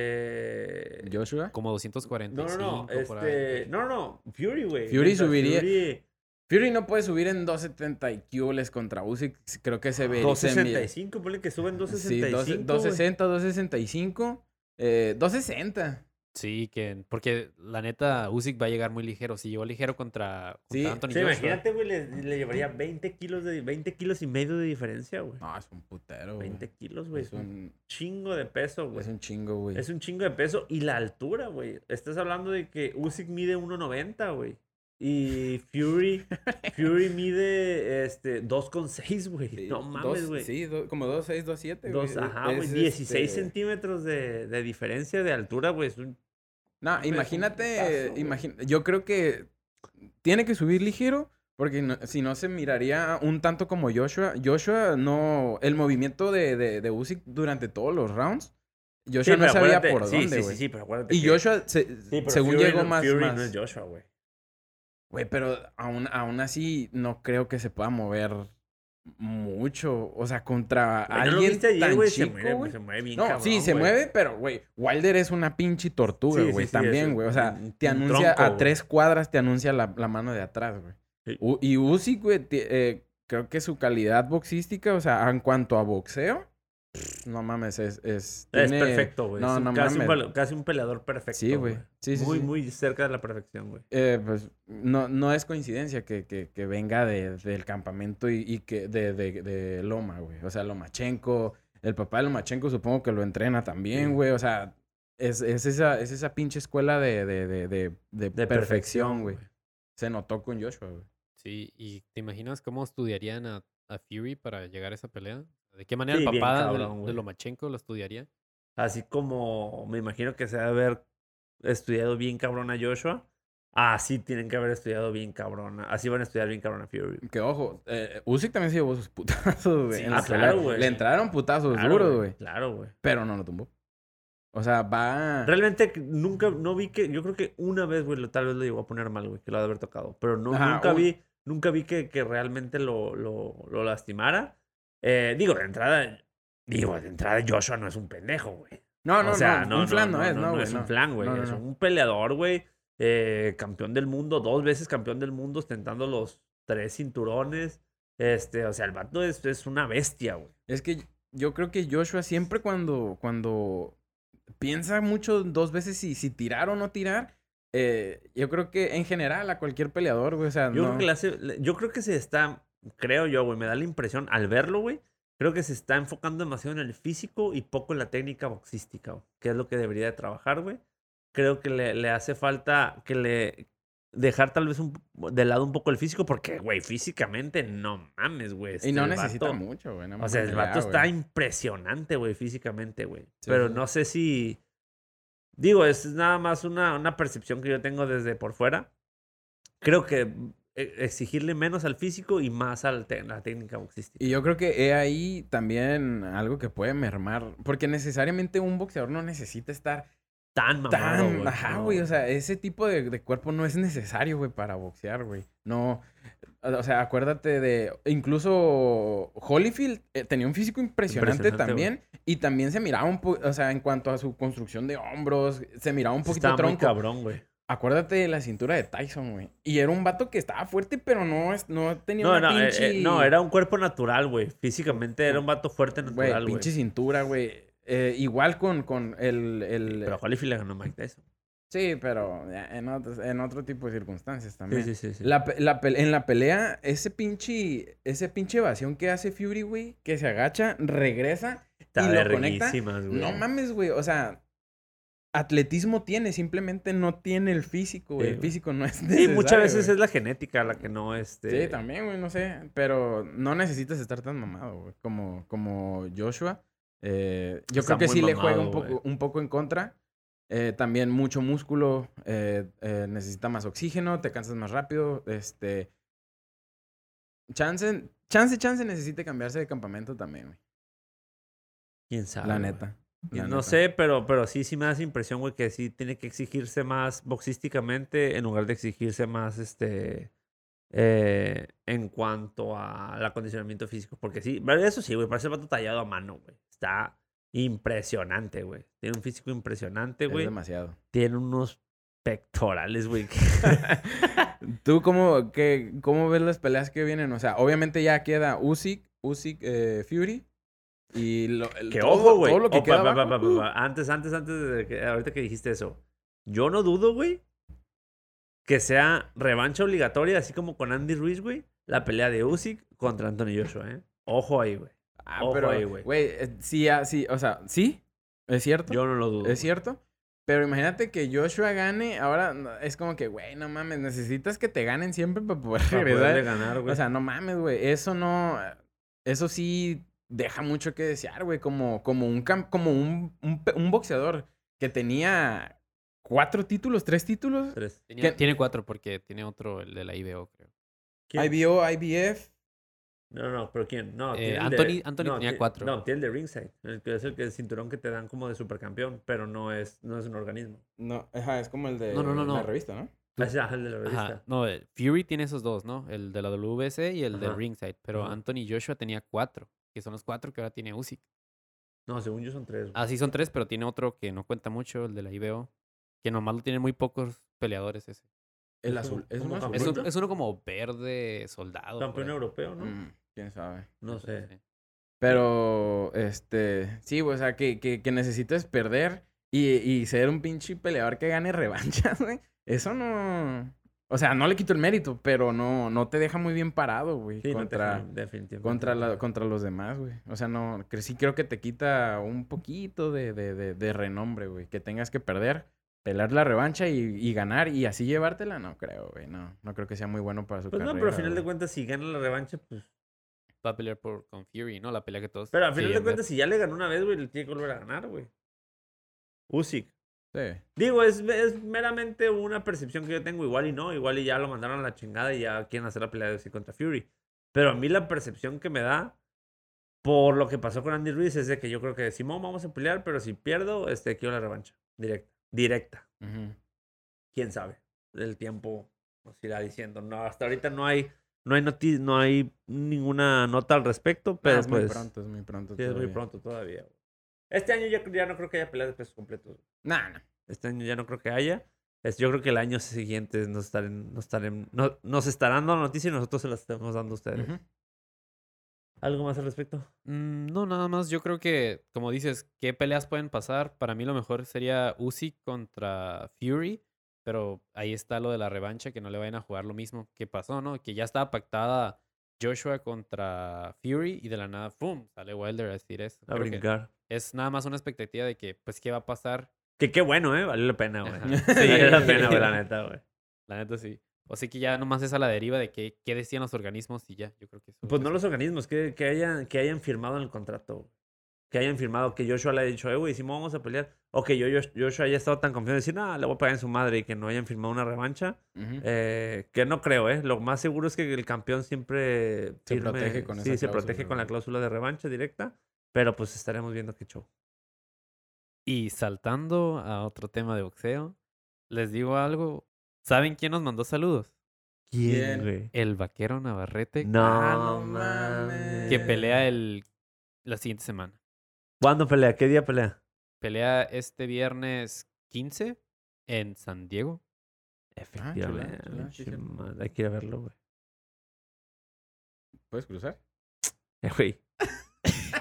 [SPEAKER 2] este...
[SPEAKER 3] Joshua.
[SPEAKER 4] Como
[SPEAKER 2] No,
[SPEAKER 4] 245
[SPEAKER 2] no, no.
[SPEAKER 4] por ahí.
[SPEAKER 2] Este, no, no. Fury, güey.
[SPEAKER 3] Fury
[SPEAKER 2] Mientras
[SPEAKER 3] subiría-
[SPEAKER 2] Fury-
[SPEAKER 3] Fury no puede subir en 270 y cuboles contra Usyk. Creo
[SPEAKER 2] Ah,
[SPEAKER 3] que se ve.
[SPEAKER 2] 265, ponle que suben
[SPEAKER 3] se mi- Sí,
[SPEAKER 2] 265.
[SPEAKER 3] 12-
[SPEAKER 2] güey.
[SPEAKER 3] 260, 265. Eh, 260.
[SPEAKER 4] Sí, que porque la neta Usyk va a llegar muy ligero. Si llegó ligero contra,
[SPEAKER 3] Sí,
[SPEAKER 4] contra Anthony
[SPEAKER 2] Sí,
[SPEAKER 4] Joshua,
[SPEAKER 2] imagínate, güey, le, le llevaría 20 kilos, de, 20 kilos y medio de diferencia, güey.
[SPEAKER 3] No, es un putero, güey.
[SPEAKER 2] 20 kilos, güey.
[SPEAKER 3] Es
[SPEAKER 2] Es un
[SPEAKER 3] un,
[SPEAKER 2] chingo de peso, güey.
[SPEAKER 3] es un chingo, güey.
[SPEAKER 2] Es un chingo de peso. Y la altura, güey. Estás hablando de que Usyk mide 1.90, güey. Y Fury, Fury mide este, 2.6, güey.
[SPEAKER 3] Sí,
[SPEAKER 2] No
[SPEAKER 3] dos-
[SPEAKER 2] mames, güey.
[SPEAKER 3] Sí, do- como 2.6, 2.7.
[SPEAKER 2] Dos, ajá,
[SPEAKER 3] este,
[SPEAKER 2] güey. 16
[SPEAKER 3] centímetros.
[SPEAKER 2] centímetros de, de diferencia de altura, güey. Es un
[SPEAKER 3] No,
[SPEAKER 2] es un putazo,
[SPEAKER 3] imagínate,
[SPEAKER 2] güey.
[SPEAKER 3] imagín- yo creo que tiene que subir ligero porque no- si no se miraría un tanto como Joshua. Joshua no, el movimiento de, de, de Usyk durante todos los rounds, Joshua no
[SPEAKER 2] pero
[SPEAKER 3] sabía
[SPEAKER 2] acuérdate-
[SPEAKER 3] por
[SPEAKER 2] sí,
[SPEAKER 3] dónde,
[SPEAKER 2] sí,
[SPEAKER 3] güey.
[SPEAKER 2] sí, sí, pero acuérdate.
[SPEAKER 3] Y
[SPEAKER 2] que-
[SPEAKER 3] Joshua, se-
[SPEAKER 2] sí, pero
[SPEAKER 3] según
[SPEAKER 2] Fury
[SPEAKER 3] llegó
[SPEAKER 2] no-
[SPEAKER 3] más,
[SPEAKER 2] Fury
[SPEAKER 3] más-
[SPEAKER 2] no es Joshua, güey.
[SPEAKER 3] Güey, pero aún, aún así no creo que se pueda mover mucho. O sea, contra
[SPEAKER 2] Güey, ¿no lo
[SPEAKER 3] alguien
[SPEAKER 2] viste ayer,
[SPEAKER 3] tan
[SPEAKER 2] güey? Se
[SPEAKER 3] chico,
[SPEAKER 2] mueve,
[SPEAKER 3] güey.
[SPEAKER 2] se mueve bien
[SPEAKER 3] No,
[SPEAKER 2] cabrón,
[SPEAKER 3] sí, se
[SPEAKER 2] güey.
[SPEAKER 3] mueve, pero, güey, Wilder es una pinche tortuga,
[SPEAKER 2] Sí, sí,
[SPEAKER 3] güey,
[SPEAKER 2] sí, es
[SPEAKER 3] también,
[SPEAKER 2] un-
[SPEAKER 3] güey. O sea,
[SPEAKER 2] un-
[SPEAKER 3] te
[SPEAKER 2] un
[SPEAKER 3] anuncia
[SPEAKER 2] tronco,
[SPEAKER 3] a
[SPEAKER 2] güey.
[SPEAKER 3] tres cuadras, te anuncia la, la mano de atrás, güey.
[SPEAKER 2] Sí.
[SPEAKER 3] U- Y Usyk, güey, ti- eh, creo que su calidad boxística, o sea, en cuanto a boxeo, pff, no mames, es... Es,
[SPEAKER 2] Es
[SPEAKER 3] tiene-
[SPEAKER 2] perfecto, güey.
[SPEAKER 3] No,
[SPEAKER 2] es un-
[SPEAKER 3] no
[SPEAKER 2] casi, un,
[SPEAKER 3] mames.
[SPEAKER 2] pele- casi un peleador perfecto.
[SPEAKER 3] Sí, güey. Sí, sí,
[SPEAKER 2] muy,
[SPEAKER 3] sí.
[SPEAKER 2] muy cerca de la perfección, güey.
[SPEAKER 3] Eh, pues no, no es coincidencia que, que, que venga de, del campamento y, y que de, de, de Loma, güey. O sea, Lomachenko, el papá de Lomachenko supongo que lo entrena también,
[SPEAKER 2] Sí.
[SPEAKER 3] güey. O sea, es, es, esa, es esa pinche escuela de, de, de, de, de
[SPEAKER 2] De
[SPEAKER 3] perfección, güey. Se notó con Joshua, güey.
[SPEAKER 4] Sí, y te imaginas cómo estudiarían a, a Fury para llegar a esa pelea. ¿De qué manera
[SPEAKER 2] Sí,
[SPEAKER 4] el
[SPEAKER 2] bien
[SPEAKER 4] papá de-
[SPEAKER 2] cabrón,
[SPEAKER 4] de,
[SPEAKER 2] güey.
[SPEAKER 4] Lomachenko lo estudiaría?
[SPEAKER 2] Así como me imagino que se debe haber estudiado bien cabrón a Joshua, así tienen que haber estudiado bien cabrón. a- Así van a estudiar bien cabrón a Fury.
[SPEAKER 3] Que ojo, eh, Usyk también se llevó sus putazos, güey.
[SPEAKER 2] Sí,
[SPEAKER 3] en
[SPEAKER 2] ah,
[SPEAKER 3] la pelea.
[SPEAKER 2] claro, güey.
[SPEAKER 3] Le entraron putazos
[SPEAKER 2] Claro,
[SPEAKER 3] duros, Pues güey.
[SPEAKER 2] Claro, güey.
[SPEAKER 3] Pero no lo tumbó. O sea, va...
[SPEAKER 2] Realmente nunca, no vi que, yo creo que una vez, güey, lo- tal vez lo llegó a poner mal, güey, que lo ha de haber tocado. Pero no,
[SPEAKER 3] Ajá,
[SPEAKER 2] nunca
[SPEAKER 3] un-
[SPEAKER 2] vi, nunca vi que, que realmente lo, lo, lo lastimara. Eh, digo, de entrada, digo, de entrada Joshua no es un pendejo, güey.
[SPEAKER 3] No, no,
[SPEAKER 2] o sea,
[SPEAKER 3] no. Un flan no es, ¿no, güey?
[SPEAKER 2] es
[SPEAKER 3] No.
[SPEAKER 2] un flan, güey.
[SPEAKER 3] No, no,
[SPEAKER 2] es
[SPEAKER 3] no.
[SPEAKER 2] un peleador, güey. eh, campeón del mundo, dos veces campeón del mundo, ostentando los tres cinturones. Este, o sea, el vato es, es una bestia, güey.
[SPEAKER 3] Es que yo creo que Joshua siempre cuando, cuando piensa mucho dos veces si, si tirar o no tirar, eh, yo creo que en general a cualquier peleador, güey, o sea,
[SPEAKER 2] Yo,
[SPEAKER 3] no-
[SPEAKER 2] creo que le hace- le- yo creo que se está, creo yo, güey, me da la impresión al verlo, güey, creo que se está enfocando demasiado en el físico y poco en la técnica boxística, güey, que es lo que debería de trabajar, güey. Creo que le, le hace falta que le dejar tal vez un- de lado un poco el físico, porque, güey, físicamente no mames, güey.
[SPEAKER 3] y
[SPEAKER 2] este,
[SPEAKER 3] no
[SPEAKER 2] el
[SPEAKER 3] necesita
[SPEAKER 2] vato-
[SPEAKER 3] mucho, güey. nada
[SPEAKER 2] O
[SPEAKER 3] más
[SPEAKER 2] sea, el
[SPEAKER 3] pelea,
[SPEAKER 2] vato está
[SPEAKER 3] güey.
[SPEAKER 2] impresionante, güey, físicamente, güey.
[SPEAKER 3] Sí,
[SPEAKER 2] Pero
[SPEAKER 3] sí.
[SPEAKER 2] no sé si. Digo, es nada más una, una percepción que yo tengo desde por fuera. Creo que eh, exigirle menos al físico y más a la, técnica boxística.
[SPEAKER 3] Y yo creo que he ahí también algo que puede mermar. Porque necesariamente un boxeador no necesita estar
[SPEAKER 2] Tan mamado,
[SPEAKER 3] tan. Ajá,
[SPEAKER 2] no.
[SPEAKER 3] güey. O sea, ese tipo de, de cuerpo no es necesario, güey, para boxear, güey. No. O sea, acuérdate de. Incluso Holyfield eh, tenía un físico impresionante,
[SPEAKER 2] Impresionante, güey.
[SPEAKER 3] también. Y también se miraba un poco. O sea, en cuanto a su construcción de hombros, se miraba un
[SPEAKER 2] Sí
[SPEAKER 3] poquito
[SPEAKER 2] estaba muy
[SPEAKER 3] tronco.
[SPEAKER 2] cabrón, güey.
[SPEAKER 3] Acuérdate de la cintura de Tyson, güey. Y era un vato que estaba fuerte, pero no, es- no tenía
[SPEAKER 2] No,
[SPEAKER 3] una
[SPEAKER 2] no, eh, eh,
[SPEAKER 3] pinche...
[SPEAKER 2] no, era un cuerpo natural, güey. Físicamente era un vato fuerte
[SPEAKER 3] Güey,
[SPEAKER 2] natural, güey.
[SPEAKER 3] pinche cintura, güey. Eh, igual con, con el... el-
[SPEAKER 2] Pero Holyfield le ganó a Mike Tyson.
[SPEAKER 3] Sí, pero en otro, en otro tipo de circunstancias también.
[SPEAKER 2] Sí, sí, sí. sí.
[SPEAKER 3] La pe- la pe- en la pelea, ese pinche, ese pinche evasión que hace Fury, güey, que se agacha, regresa.
[SPEAKER 2] Está
[SPEAKER 3] y lo
[SPEAKER 2] verguísimas, güey.
[SPEAKER 3] No mames, güey. O sea, atletismo tiene, simplemente no tiene el físico, güey.
[SPEAKER 2] Sí,
[SPEAKER 3] el
[SPEAKER 2] güey.
[SPEAKER 3] físico no es
[SPEAKER 2] Sí,
[SPEAKER 3] necesario.
[SPEAKER 2] muchas veces
[SPEAKER 3] güey.
[SPEAKER 2] es la genética la que no, este...
[SPEAKER 3] Sí, también, güey, no sé. Pero no necesitas estar tan mamado, güey. Como, como Joshua. Eh, yo
[SPEAKER 2] Está
[SPEAKER 3] creo que
[SPEAKER 2] muy
[SPEAKER 3] sí le juega un
[SPEAKER 2] mamado,
[SPEAKER 3] poco, un poco en contra. Eh, también mucho músculo. eh, eh, necesita más oxígeno. Te cansas más rápido. Este. Chance, chance, chance necesita cambiarse de campamento también, güey.
[SPEAKER 2] ¿Quién sabe?
[SPEAKER 3] La
[SPEAKER 2] güey?
[SPEAKER 3] neta.
[SPEAKER 2] Yo
[SPEAKER 3] la
[SPEAKER 2] No
[SPEAKER 3] neta.
[SPEAKER 2] sé, pero, pero sí, sí me da esa impresión, güey, que sí tiene que exigirse más boxísticamente en lugar de exigirse más, este, eh, en cuanto al acondicionamiento físico. Porque sí, pero eso sí, güey, parece el vato tallado a mano, güey. Está impresionante, güey. Tiene un físico impresionante,
[SPEAKER 3] Es
[SPEAKER 2] güey.
[SPEAKER 3] demasiado.
[SPEAKER 2] Tiene unos pectorales, güey. que-
[SPEAKER 3] ¿Tú cómo, qué, cómo ves las peleas que vienen? O sea, obviamente ya queda Usyk, Usyk, eh, Fury. Y lo, el-
[SPEAKER 2] Que
[SPEAKER 3] todo-
[SPEAKER 2] ojo, güey.
[SPEAKER 3] Todo lo que
[SPEAKER 2] Oh, pa-
[SPEAKER 3] queda
[SPEAKER 2] pa-
[SPEAKER 3] abajo,
[SPEAKER 2] pa- pa-
[SPEAKER 3] uh,
[SPEAKER 2] pa- Antes, antes, antes de que, ahorita que dijiste eso. Yo no dudo, güey, que sea revancha obligatoria, así como con Andy Ruiz, güey, la pelea de Usyk contra Anthony Joshua, ¿eh? Ojo ahí, güey.
[SPEAKER 3] Ah,
[SPEAKER 2] Ojo
[SPEAKER 3] pero,
[SPEAKER 2] ahí, güey.
[SPEAKER 3] güey, eh, sí, ah, sí, o sea, sí, es cierto,
[SPEAKER 2] Yo no lo dudo. güey.
[SPEAKER 3] es cierto. Pero imagínate que Joshua gane, ahora no- es como que, güey, no mames, necesitas que te ganen siempre para poder
[SPEAKER 2] Para
[SPEAKER 3] regresar.
[SPEAKER 2] poderle ganar, güey.
[SPEAKER 3] ¿eh? O sea, no mames, güey, eso no, eso sí deja mucho que desear, güey, como, como, un, cam- como un, un, pe- un boxeador que tenía cuatro títulos, tres títulos,
[SPEAKER 2] Tres.
[SPEAKER 4] Tenía-
[SPEAKER 3] ¿Qué?
[SPEAKER 4] tiene cuatro porque tiene otro, el de la IBO, creo.
[SPEAKER 2] ¿Quién?
[SPEAKER 3] IBO, IBF,
[SPEAKER 2] No, no, pero ¿quién? No,
[SPEAKER 4] Eh,
[SPEAKER 2] tiene el
[SPEAKER 4] Anthony- Anthony
[SPEAKER 2] no,
[SPEAKER 4] tenía
[SPEAKER 2] ti-
[SPEAKER 4] cuatro.
[SPEAKER 2] No, tiene el de ringside. El que es el, que el cinturón que te dan como de supercampeón, pero no es, no es un organismo.
[SPEAKER 3] no, ajá, es como el de
[SPEAKER 4] No, no, no,
[SPEAKER 3] la
[SPEAKER 4] no.
[SPEAKER 3] revista, ¿no?
[SPEAKER 4] Tú-
[SPEAKER 2] Ese es el de la
[SPEAKER 4] Ajá,
[SPEAKER 2] revista.
[SPEAKER 4] No, eh, Fury tiene esos dos, ¿no? El de la WBC y el de
[SPEAKER 2] Ajá.
[SPEAKER 4] Ringside. Pero
[SPEAKER 2] Ajá.
[SPEAKER 4] Anthony Joshua tenía cuatro, que son los cuatro que ahora tiene Usyk.
[SPEAKER 2] No, según yo son tres. güey.
[SPEAKER 4] Ah, sí, son tres, pero tiene otro que no cuenta mucho, el de la IBO, que nomás lo tienen muy pocos peleadores ese.
[SPEAKER 3] El
[SPEAKER 2] Es
[SPEAKER 3] azul,
[SPEAKER 2] un-
[SPEAKER 3] es
[SPEAKER 2] como
[SPEAKER 3] un azul.
[SPEAKER 4] Es, un-
[SPEAKER 2] ¿Ahorita?
[SPEAKER 4] es uno como verde soldado. por
[SPEAKER 2] Campeón
[SPEAKER 4] ahí.
[SPEAKER 2] europeo, ¿no?
[SPEAKER 3] Mm, quién sabe.
[SPEAKER 2] No sé.
[SPEAKER 4] Sí.
[SPEAKER 3] Pero, este, sí, o sea, que, que, que necesites perder y, y ser un pinche peleador que gane revanchas, güey. Eso no... O sea, no le quito el mérito, pero no, no te deja muy bien parado, güey.
[SPEAKER 2] Sí, no te
[SPEAKER 3] contra,
[SPEAKER 2] dejan, definitivamente.
[SPEAKER 3] contra,
[SPEAKER 2] no te
[SPEAKER 3] la-
[SPEAKER 2] dejan.
[SPEAKER 3] contra los demás, güey. O sea, no, cre- sí creo que te quita un poquito de, de, de, de renombre, güey. Que tengas que perder, pelear la revancha y, y ganar y así llevártela, no creo, güey. No, no creo que sea muy bueno para su
[SPEAKER 2] Pues no,
[SPEAKER 3] carrera.
[SPEAKER 2] pero al final de
[SPEAKER 3] güey.
[SPEAKER 2] cuentas, si gana la revancha, pues.
[SPEAKER 4] Va a pelear por, con Fury, ¿no? La pelea que todos.
[SPEAKER 2] Pero al final de
[SPEAKER 4] querían ver.
[SPEAKER 2] cuentas, si ya le ganó una vez, güey, le tiene que volver a ganar, güey. Usyk.
[SPEAKER 3] Sí.
[SPEAKER 2] Digo, es, es meramente una percepción que yo tengo, igual y no, igual y ya lo mandaron a la chingada y ya quieren hacer la pelea de Usyk contra Fury. Pero a mí la percepción que me da por lo que pasó con Andy Ruiz es de que yo creo que Simón vamos a pelear, pero si pierdo, este, quiero la revancha. Directa. Directa.
[SPEAKER 3] Ujú.
[SPEAKER 2] quién sabe. El tiempo nos irá diciendo. No, hasta ahorita no hay, no hay noti- no hay ninguna nota al respecto, pero
[SPEAKER 3] Ah, es
[SPEAKER 2] pues
[SPEAKER 3] muy pronto, es muy pronto.
[SPEAKER 2] sí, es muy
[SPEAKER 3] todavía.
[SPEAKER 2] pronto todavía. güey. Este año ya, ya no creo que haya peleas de pesos completos. güey.
[SPEAKER 3] Nah, nah.
[SPEAKER 2] Este año ya no creo que haya. Es- yo creo que el año siguiente nos estarán, nos estarán, no- nos estarán dando la noticia y nosotros se la estamos dando a ustedes.
[SPEAKER 3] Ujú.
[SPEAKER 2] ¿Algo más al respecto?
[SPEAKER 4] Mm, No, nada más. Yo creo que, como dices, ¿qué peleas pueden pasar? Para mí lo mejor sería Usyk contra Fury, pero ahí está lo de la revancha, que no le vayan a jugar lo mismo que pasó, ¿no? Que ya estaba pactada Joshua contra Fury y de la nada, ¡pum! Sale Wilder a decir eso.
[SPEAKER 2] A
[SPEAKER 4] Creo que
[SPEAKER 2] brincar.
[SPEAKER 4] Es nada más una expectativa de que, pues, ¿qué va a pasar?
[SPEAKER 2] Que qué bueno, ¿eh? Valió la pena, güey.
[SPEAKER 4] Ajá.
[SPEAKER 2] Sí, valió la pena, güey, la neta, güey.
[SPEAKER 4] La neta sí. O sea que ya nomás es a la deriva de que, qué decían los organismos y ya. Yo creo que eso.
[SPEAKER 2] Pues no
[SPEAKER 4] eso-
[SPEAKER 2] los organismos, que, que, hayan, que hayan firmado en el contrato. güey. que hayan firmado, que Joshua le haya dicho, eh, güey, si vamos a pelear, o que yo, Josh- Joshua haya estado tan confiado de decir, no, le voy a pagar en su madre y que no hayan firmado una revancha,
[SPEAKER 3] Ujú.
[SPEAKER 2] eh, que no creo, ¿eh? Lo más seguro es que el campeón siempre
[SPEAKER 3] Se protege con
[SPEAKER 2] sí,
[SPEAKER 3] esa
[SPEAKER 2] se
[SPEAKER 3] cláusula,
[SPEAKER 2] protege con la
[SPEAKER 3] ¿no?
[SPEAKER 2] cláusula de revancha directa, pero pues estaremos viendo qué show.
[SPEAKER 4] Y saltando a otro tema de boxeo, les digo algo. ¿Saben quién nos mandó saludos?
[SPEAKER 3] ¿Quién?
[SPEAKER 2] güey?
[SPEAKER 4] El vaquero Navarrete
[SPEAKER 2] No,
[SPEAKER 3] Ah, no
[SPEAKER 2] mames.
[SPEAKER 3] mames.
[SPEAKER 4] que pelea el la siguiente semana.
[SPEAKER 2] ¿Cuándo pelea? ¿Qué día pelea?
[SPEAKER 4] Pelea este viernes 15 en San Diego.
[SPEAKER 3] Ah, chulada,
[SPEAKER 2] Efectivamente.
[SPEAKER 3] chulada, sí,
[SPEAKER 2] che
[SPEAKER 3] cierto.
[SPEAKER 2] madre, hay que ir a verlo, güey.
[SPEAKER 3] ¿Puedes cruzar?
[SPEAKER 2] Eh, güey,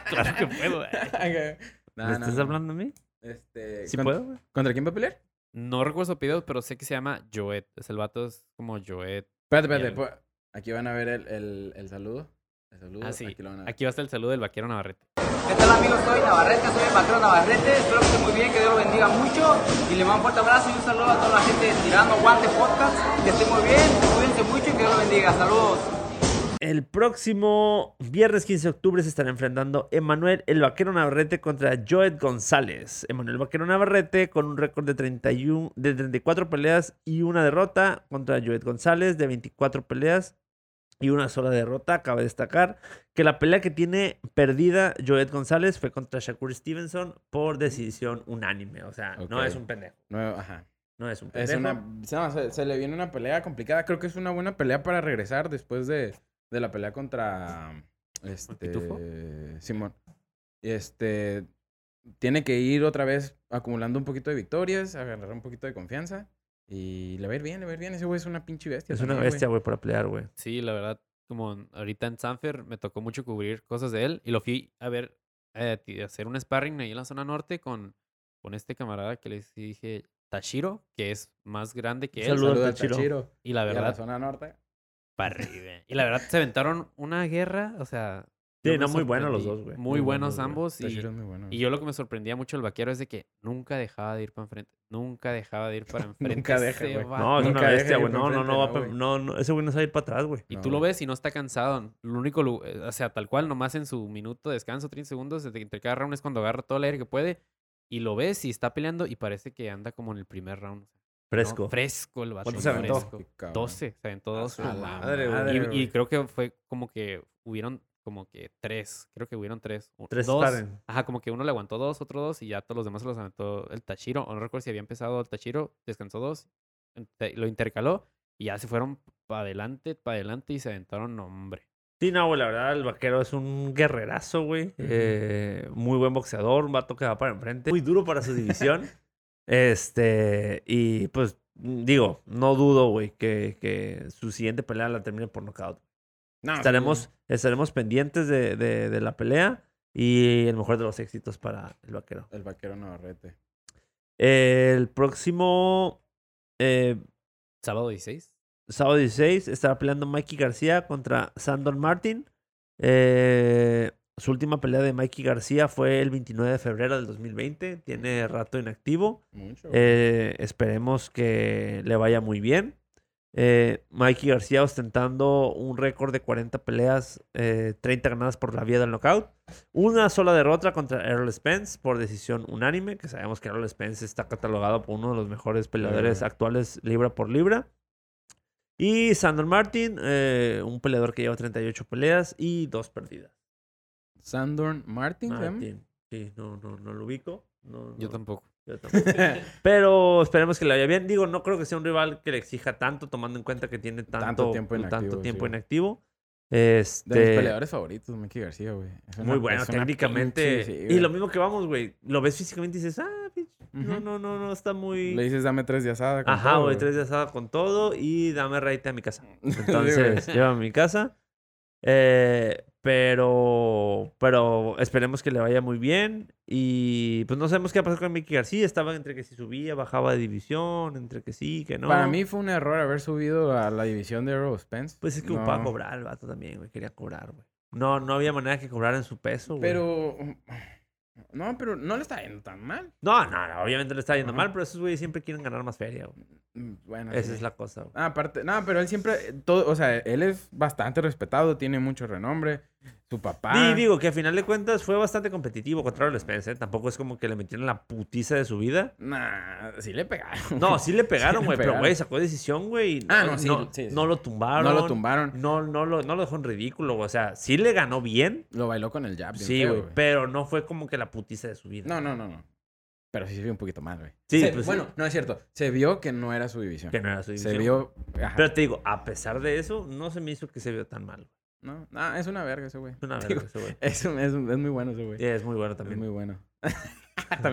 [SPEAKER 4] Claro que puedo. eh.
[SPEAKER 3] Nah,
[SPEAKER 2] ¿Me
[SPEAKER 3] no,
[SPEAKER 2] estás
[SPEAKER 3] no.
[SPEAKER 2] hablando a mí?
[SPEAKER 3] Este,
[SPEAKER 2] ¿Sí
[SPEAKER 3] ¿cont-
[SPEAKER 2] puedo, güey?
[SPEAKER 3] ¿Contra quién va a pelear?
[SPEAKER 4] No recuerdo su apellido, pero sé que se llama Joet. Es el vato, es como Joet.
[SPEAKER 3] Espérate,
[SPEAKER 4] Bien.
[SPEAKER 3] espérate. po- Aquí van a ver el, el, el saludo. El saludo.
[SPEAKER 4] Ah, sí.
[SPEAKER 3] Aquí lo van a ver.
[SPEAKER 4] Aquí va a estar el saludo del vaquero Navarrete.
[SPEAKER 5] ¿Qué tal amigos? Soy Navarrete, soy el patrón Navarrete, espero que esté muy bien, que Dios lo bendiga mucho y le mando un fuerte abrazo y un saludo a toda la gente de Tirando Guante Podcast, que esté muy bien, cuídense mucho y que Dios lo bendiga, saludos.
[SPEAKER 2] El próximo viernes 15 de octubre se estará enfrentando Emanuel el Vaquero Navarrete contra Joed González. Emanuel Vaquero Navarrete con un récord de, 31, de 34 peleas y una derrota contra Joed González de 24 peleas y una sola derrota. Cabe destacar que la pelea que tiene perdida Joed González fue contra Shakur Stevenson por decisión unánime. O sea, no
[SPEAKER 3] Ok.
[SPEAKER 2] es un pendejo.
[SPEAKER 3] Nuevo, ajá.
[SPEAKER 2] No es un
[SPEAKER 3] Es
[SPEAKER 2] pendejo.
[SPEAKER 3] una, no, se, se le viene una pelea complicada. Creo que es una buena pelea para regresar después de, de la pelea contra
[SPEAKER 4] ¿Pitufo?
[SPEAKER 3] este Simón. Este tiene que ir otra vez acumulando un poquito de victorias, agarrar un poquito de confianza y le va a ir bien, le va a ir bien. Ese güey es una pinche bestia.
[SPEAKER 2] Es una
[SPEAKER 3] también,
[SPEAKER 2] bestia, güey, para pelear, güey.
[SPEAKER 4] Sí, la verdad, como en- ahorita en Sanfer me tocó mucho cubrir cosas de él y lo fui a ver, eh, ti- hacer un sparring ahí en la zona norte con, con este camarada que les dije, Tashiro, que es más grande que él.
[SPEAKER 2] Saludos,
[SPEAKER 3] Saluda a
[SPEAKER 2] Tachiro.
[SPEAKER 3] Tachiro
[SPEAKER 4] Y la
[SPEAKER 3] y a la
[SPEAKER 4] verdad,
[SPEAKER 3] zona norte.
[SPEAKER 4] para arriba. Y la verdad, se aventaron una guerra, o sea... yo
[SPEAKER 2] Sí,
[SPEAKER 4] me
[SPEAKER 2] no, muy buenos los
[SPEAKER 4] sorprendí.
[SPEAKER 2] dos, güey.
[SPEAKER 4] Muy, buenos,
[SPEAKER 2] güey.
[SPEAKER 4] ambos. Y,
[SPEAKER 3] Tachiro es muy bueno.
[SPEAKER 4] y yo lo que me sorprendía mucho el vaquero es de que nunca dejaba de ir para enfrente. Nunca dejaba de ir para enfrente.
[SPEAKER 3] deja,
[SPEAKER 4] ese
[SPEAKER 3] güey.
[SPEAKER 4] vato.
[SPEAKER 2] No, es
[SPEAKER 3] Nunca
[SPEAKER 2] una
[SPEAKER 3] deja
[SPEAKER 2] bestia,
[SPEAKER 3] ir
[SPEAKER 2] güey.
[SPEAKER 3] pa'
[SPEAKER 2] No, no, no,
[SPEAKER 3] enfrente,
[SPEAKER 2] va
[SPEAKER 3] ¿no,
[SPEAKER 2] pa-
[SPEAKER 3] güey?
[SPEAKER 2] no, no, ese güey no sabe ir para atrás, güey.
[SPEAKER 4] Y
[SPEAKER 3] No,
[SPEAKER 4] tú lo
[SPEAKER 3] güey.
[SPEAKER 4] ves y no está cansado. Lo único, lu- eh, o sea, tal cual, nomás en su minuto de descanso, 30 segundos, entre entre cada round es cuando agarra todo el aire que puede. Y lo ves y está peleando y parece que anda como en el primer round. ¿no?
[SPEAKER 2] Fresco.
[SPEAKER 4] Fresco el vato.
[SPEAKER 2] ¿Cuánto se aventó?
[SPEAKER 4] fresco. 12, se aventó 12.
[SPEAKER 3] la
[SPEAKER 4] güey.
[SPEAKER 3] madre,
[SPEAKER 4] Y-
[SPEAKER 3] madre,
[SPEAKER 4] y,
[SPEAKER 3] güey.
[SPEAKER 4] creo que fue como que hubieron como que tres, creo que hubieron tres. u-
[SPEAKER 2] Tres
[SPEAKER 4] dos.
[SPEAKER 2] sparring.
[SPEAKER 4] Ajá, como que uno le aguantó dos, otro dos y ya todos los demás se los aventó el Tachiro. O no recuerdo si había empezado el Tachiro, descansó dos, ente- lo intercaló y ya se fueron para adelante, para adelante y se aventaron, no, hombre.
[SPEAKER 2] Sí, no, güey, la verdad, el vaquero es un guerrerazo, güey. Eh, muy buen boxeador, un vato que va para enfrente. Muy duro para su división. este, y pues, digo, no dudo, güey, que, que su siguiente pelea la termine por nocaut.
[SPEAKER 3] No,
[SPEAKER 2] Estaremos, estaremos pendientes de, de- de la pelea y el mejor de los éxitos para el vaquero.
[SPEAKER 3] El vaquero Navarrete.
[SPEAKER 2] El próximo eh,
[SPEAKER 4] Sábado 16.
[SPEAKER 2] sábado 16 estará peleando Mikey García contra Sandon Martin. Eh, su última pelea de Mikey García fue el 29 de febrero del 2020. Tiene rato inactivo.
[SPEAKER 3] Mucho.
[SPEAKER 2] Eh, esperemos que le vaya muy bien. Eh, Mikey García ostentando un récord de 40 peleas, eh, 30 ganadas por la vía del knockout. Una sola derrota contra Errol Spence por decisión unánime, que sabemos que Errol Spence está catalogado por uno de los mejores peleadores
[SPEAKER 3] Claro.
[SPEAKER 2] actuales libra por libra. Y Sandor Martin, eh, un peleador que lleva 38 peleas y dos perdidas.
[SPEAKER 3] Sandorn Martin, ¿se llama?
[SPEAKER 2] Martin, sí, no, no, no lo ubico. No,
[SPEAKER 4] Yo
[SPEAKER 2] no,
[SPEAKER 4] tampoco.
[SPEAKER 2] yo tampoco. Pero esperemos que le vaya bien. Digo, no creo que sea un rival que le exija tanto, tomando en cuenta que tiene tanto, pues, tanto tiempo inactivo.
[SPEAKER 3] sí.
[SPEAKER 2] Este,
[SPEAKER 3] De mis peleadores favoritos, Mikey García, güey. Es una
[SPEAKER 2] muy bueno,
[SPEAKER 3] persona
[SPEAKER 2] técnicamente.
[SPEAKER 3] pinche- sí,
[SPEAKER 2] y
[SPEAKER 3] güey.
[SPEAKER 2] lo mismo que vamos, güey. Lo ves físicamente y dices, ah, pinche, no,
[SPEAKER 3] Ujú.
[SPEAKER 2] no, no, no, está muy.
[SPEAKER 3] Le dices, dame tres de asada. con
[SPEAKER 2] Ajá,
[SPEAKER 3] todo,
[SPEAKER 2] güey, tres de asada con todo y dame raite a mi casa.
[SPEAKER 3] Sí,
[SPEAKER 2] Entonces,
[SPEAKER 3] güey.
[SPEAKER 2] llévame a mi casa. Eh, pero, pero esperemos que le vaya muy bien. Y pues no sabemos qué va a pasar con Mickey García. Estaba entre que si subía, bajaba de división, entre que sí, que no.
[SPEAKER 3] Para mí fue un error haber subido a la división de Errol Spence.
[SPEAKER 2] Pues es que
[SPEAKER 3] No.
[SPEAKER 2] ocupaba cobrar el vato también, güey. Quería cobrar, güey. No, no había manera que cobrara en su peso, güey.
[SPEAKER 3] Pero. mm, No, pero no le está yendo tan mal.
[SPEAKER 2] No, no, no, obviamente le está yendo
[SPEAKER 3] Ajá.
[SPEAKER 2] mal, pero esos güeyes siempre quieren ganar más feria, güey.
[SPEAKER 3] Mm, Bueno,
[SPEAKER 2] Esa
[SPEAKER 3] sí.
[SPEAKER 2] es la cosa, güey.
[SPEAKER 3] Ah, aparte, no, pero él siempre, eh, todo, o sea, él es bastante respetado, tiene mucho renombre, Su papá.
[SPEAKER 2] Di- digo que a final de cuentas fue bastante competitivo contra el Spence. ¿eh? Tampoco es como que le metieron la putiza de su vida.
[SPEAKER 3] Nah, sí le pegaron.
[SPEAKER 2] No, sí le pegaron,
[SPEAKER 3] le
[SPEAKER 2] güey. pero,
[SPEAKER 3] pegaron.
[SPEAKER 2] güey, sacó decisión, güey. y
[SPEAKER 3] Ah, no, sí, sí, sí.
[SPEAKER 2] no lo tumbaron.
[SPEAKER 3] No lo tumbaron.
[SPEAKER 2] No, no lo, no lo dejó en ridículo, güey. O sea, sí le ganó bien.
[SPEAKER 3] Lo bailó con el jab. Ah, bien
[SPEAKER 2] Sí,
[SPEAKER 3] feo,
[SPEAKER 2] güey. Pero no fue como que la putiza de su vida.
[SPEAKER 3] No, no, no, no. Pero sí se vio un poquito más, güey.
[SPEAKER 2] Sí,
[SPEAKER 3] Se-
[SPEAKER 2] pues sí.
[SPEAKER 3] Bueno, no es cierto. Se vio que no era su división.
[SPEAKER 2] Que no era su división.
[SPEAKER 3] Se vio. Ajá.
[SPEAKER 2] Pero te digo, a pesar de eso, no se me hizo que se vio tan mal.
[SPEAKER 3] No, no, es una verga ese güey.
[SPEAKER 2] Es una verga
[SPEAKER 3] Digo,
[SPEAKER 2] ese güey.
[SPEAKER 3] Es, un- es un- es muy bueno ese güey.
[SPEAKER 2] Sí, es muy bueno
[SPEAKER 3] Es
[SPEAKER 2] también.
[SPEAKER 3] muy bueno.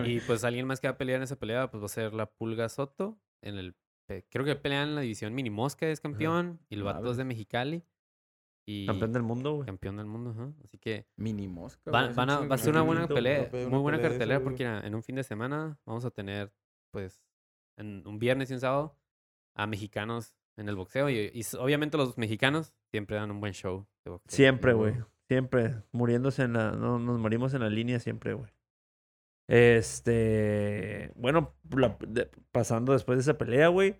[SPEAKER 4] Y pues alguien más que va a pelear en esa pelea, pues va a ser la Pulga Soto. En el, pe- creo que pelean en la división Mini Mosca, es campeón. Y el vato
[SPEAKER 3] Madre.
[SPEAKER 4] es de Mexicali. Y
[SPEAKER 2] Campeón del mundo, güey.
[SPEAKER 4] campeón del mundo, ajá. Así que
[SPEAKER 3] Mini mosca.
[SPEAKER 4] van-
[SPEAKER 3] güey,
[SPEAKER 4] van a-
[SPEAKER 3] es un
[SPEAKER 4] va a ser una
[SPEAKER 3] chingo.
[SPEAKER 4] buena
[SPEAKER 2] Campeonato,
[SPEAKER 4] pelea,
[SPEAKER 6] campeón,
[SPEAKER 4] muy
[SPEAKER 6] una pelea
[SPEAKER 4] buena
[SPEAKER 6] de
[SPEAKER 4] cartelera
[SPEAKER 6] esas, güey.
[SPEAKER 4] porque en en un fin de semana vamos a tener, pues, en un viernes y un sábado a mexicanos en el boxeo. Y, y s- obviamente los mexicanos siempre dan un buen show de boxeo.
[SPEAKER 2] Siempre,
[SPEAKER 4] Y-
[SPEAKER 2] güey. Siempre. Muriéndose en la. No, nos morimos en la línea siempre, güey. Este. Bueno, la- de- pasando después de esa pelea, güey.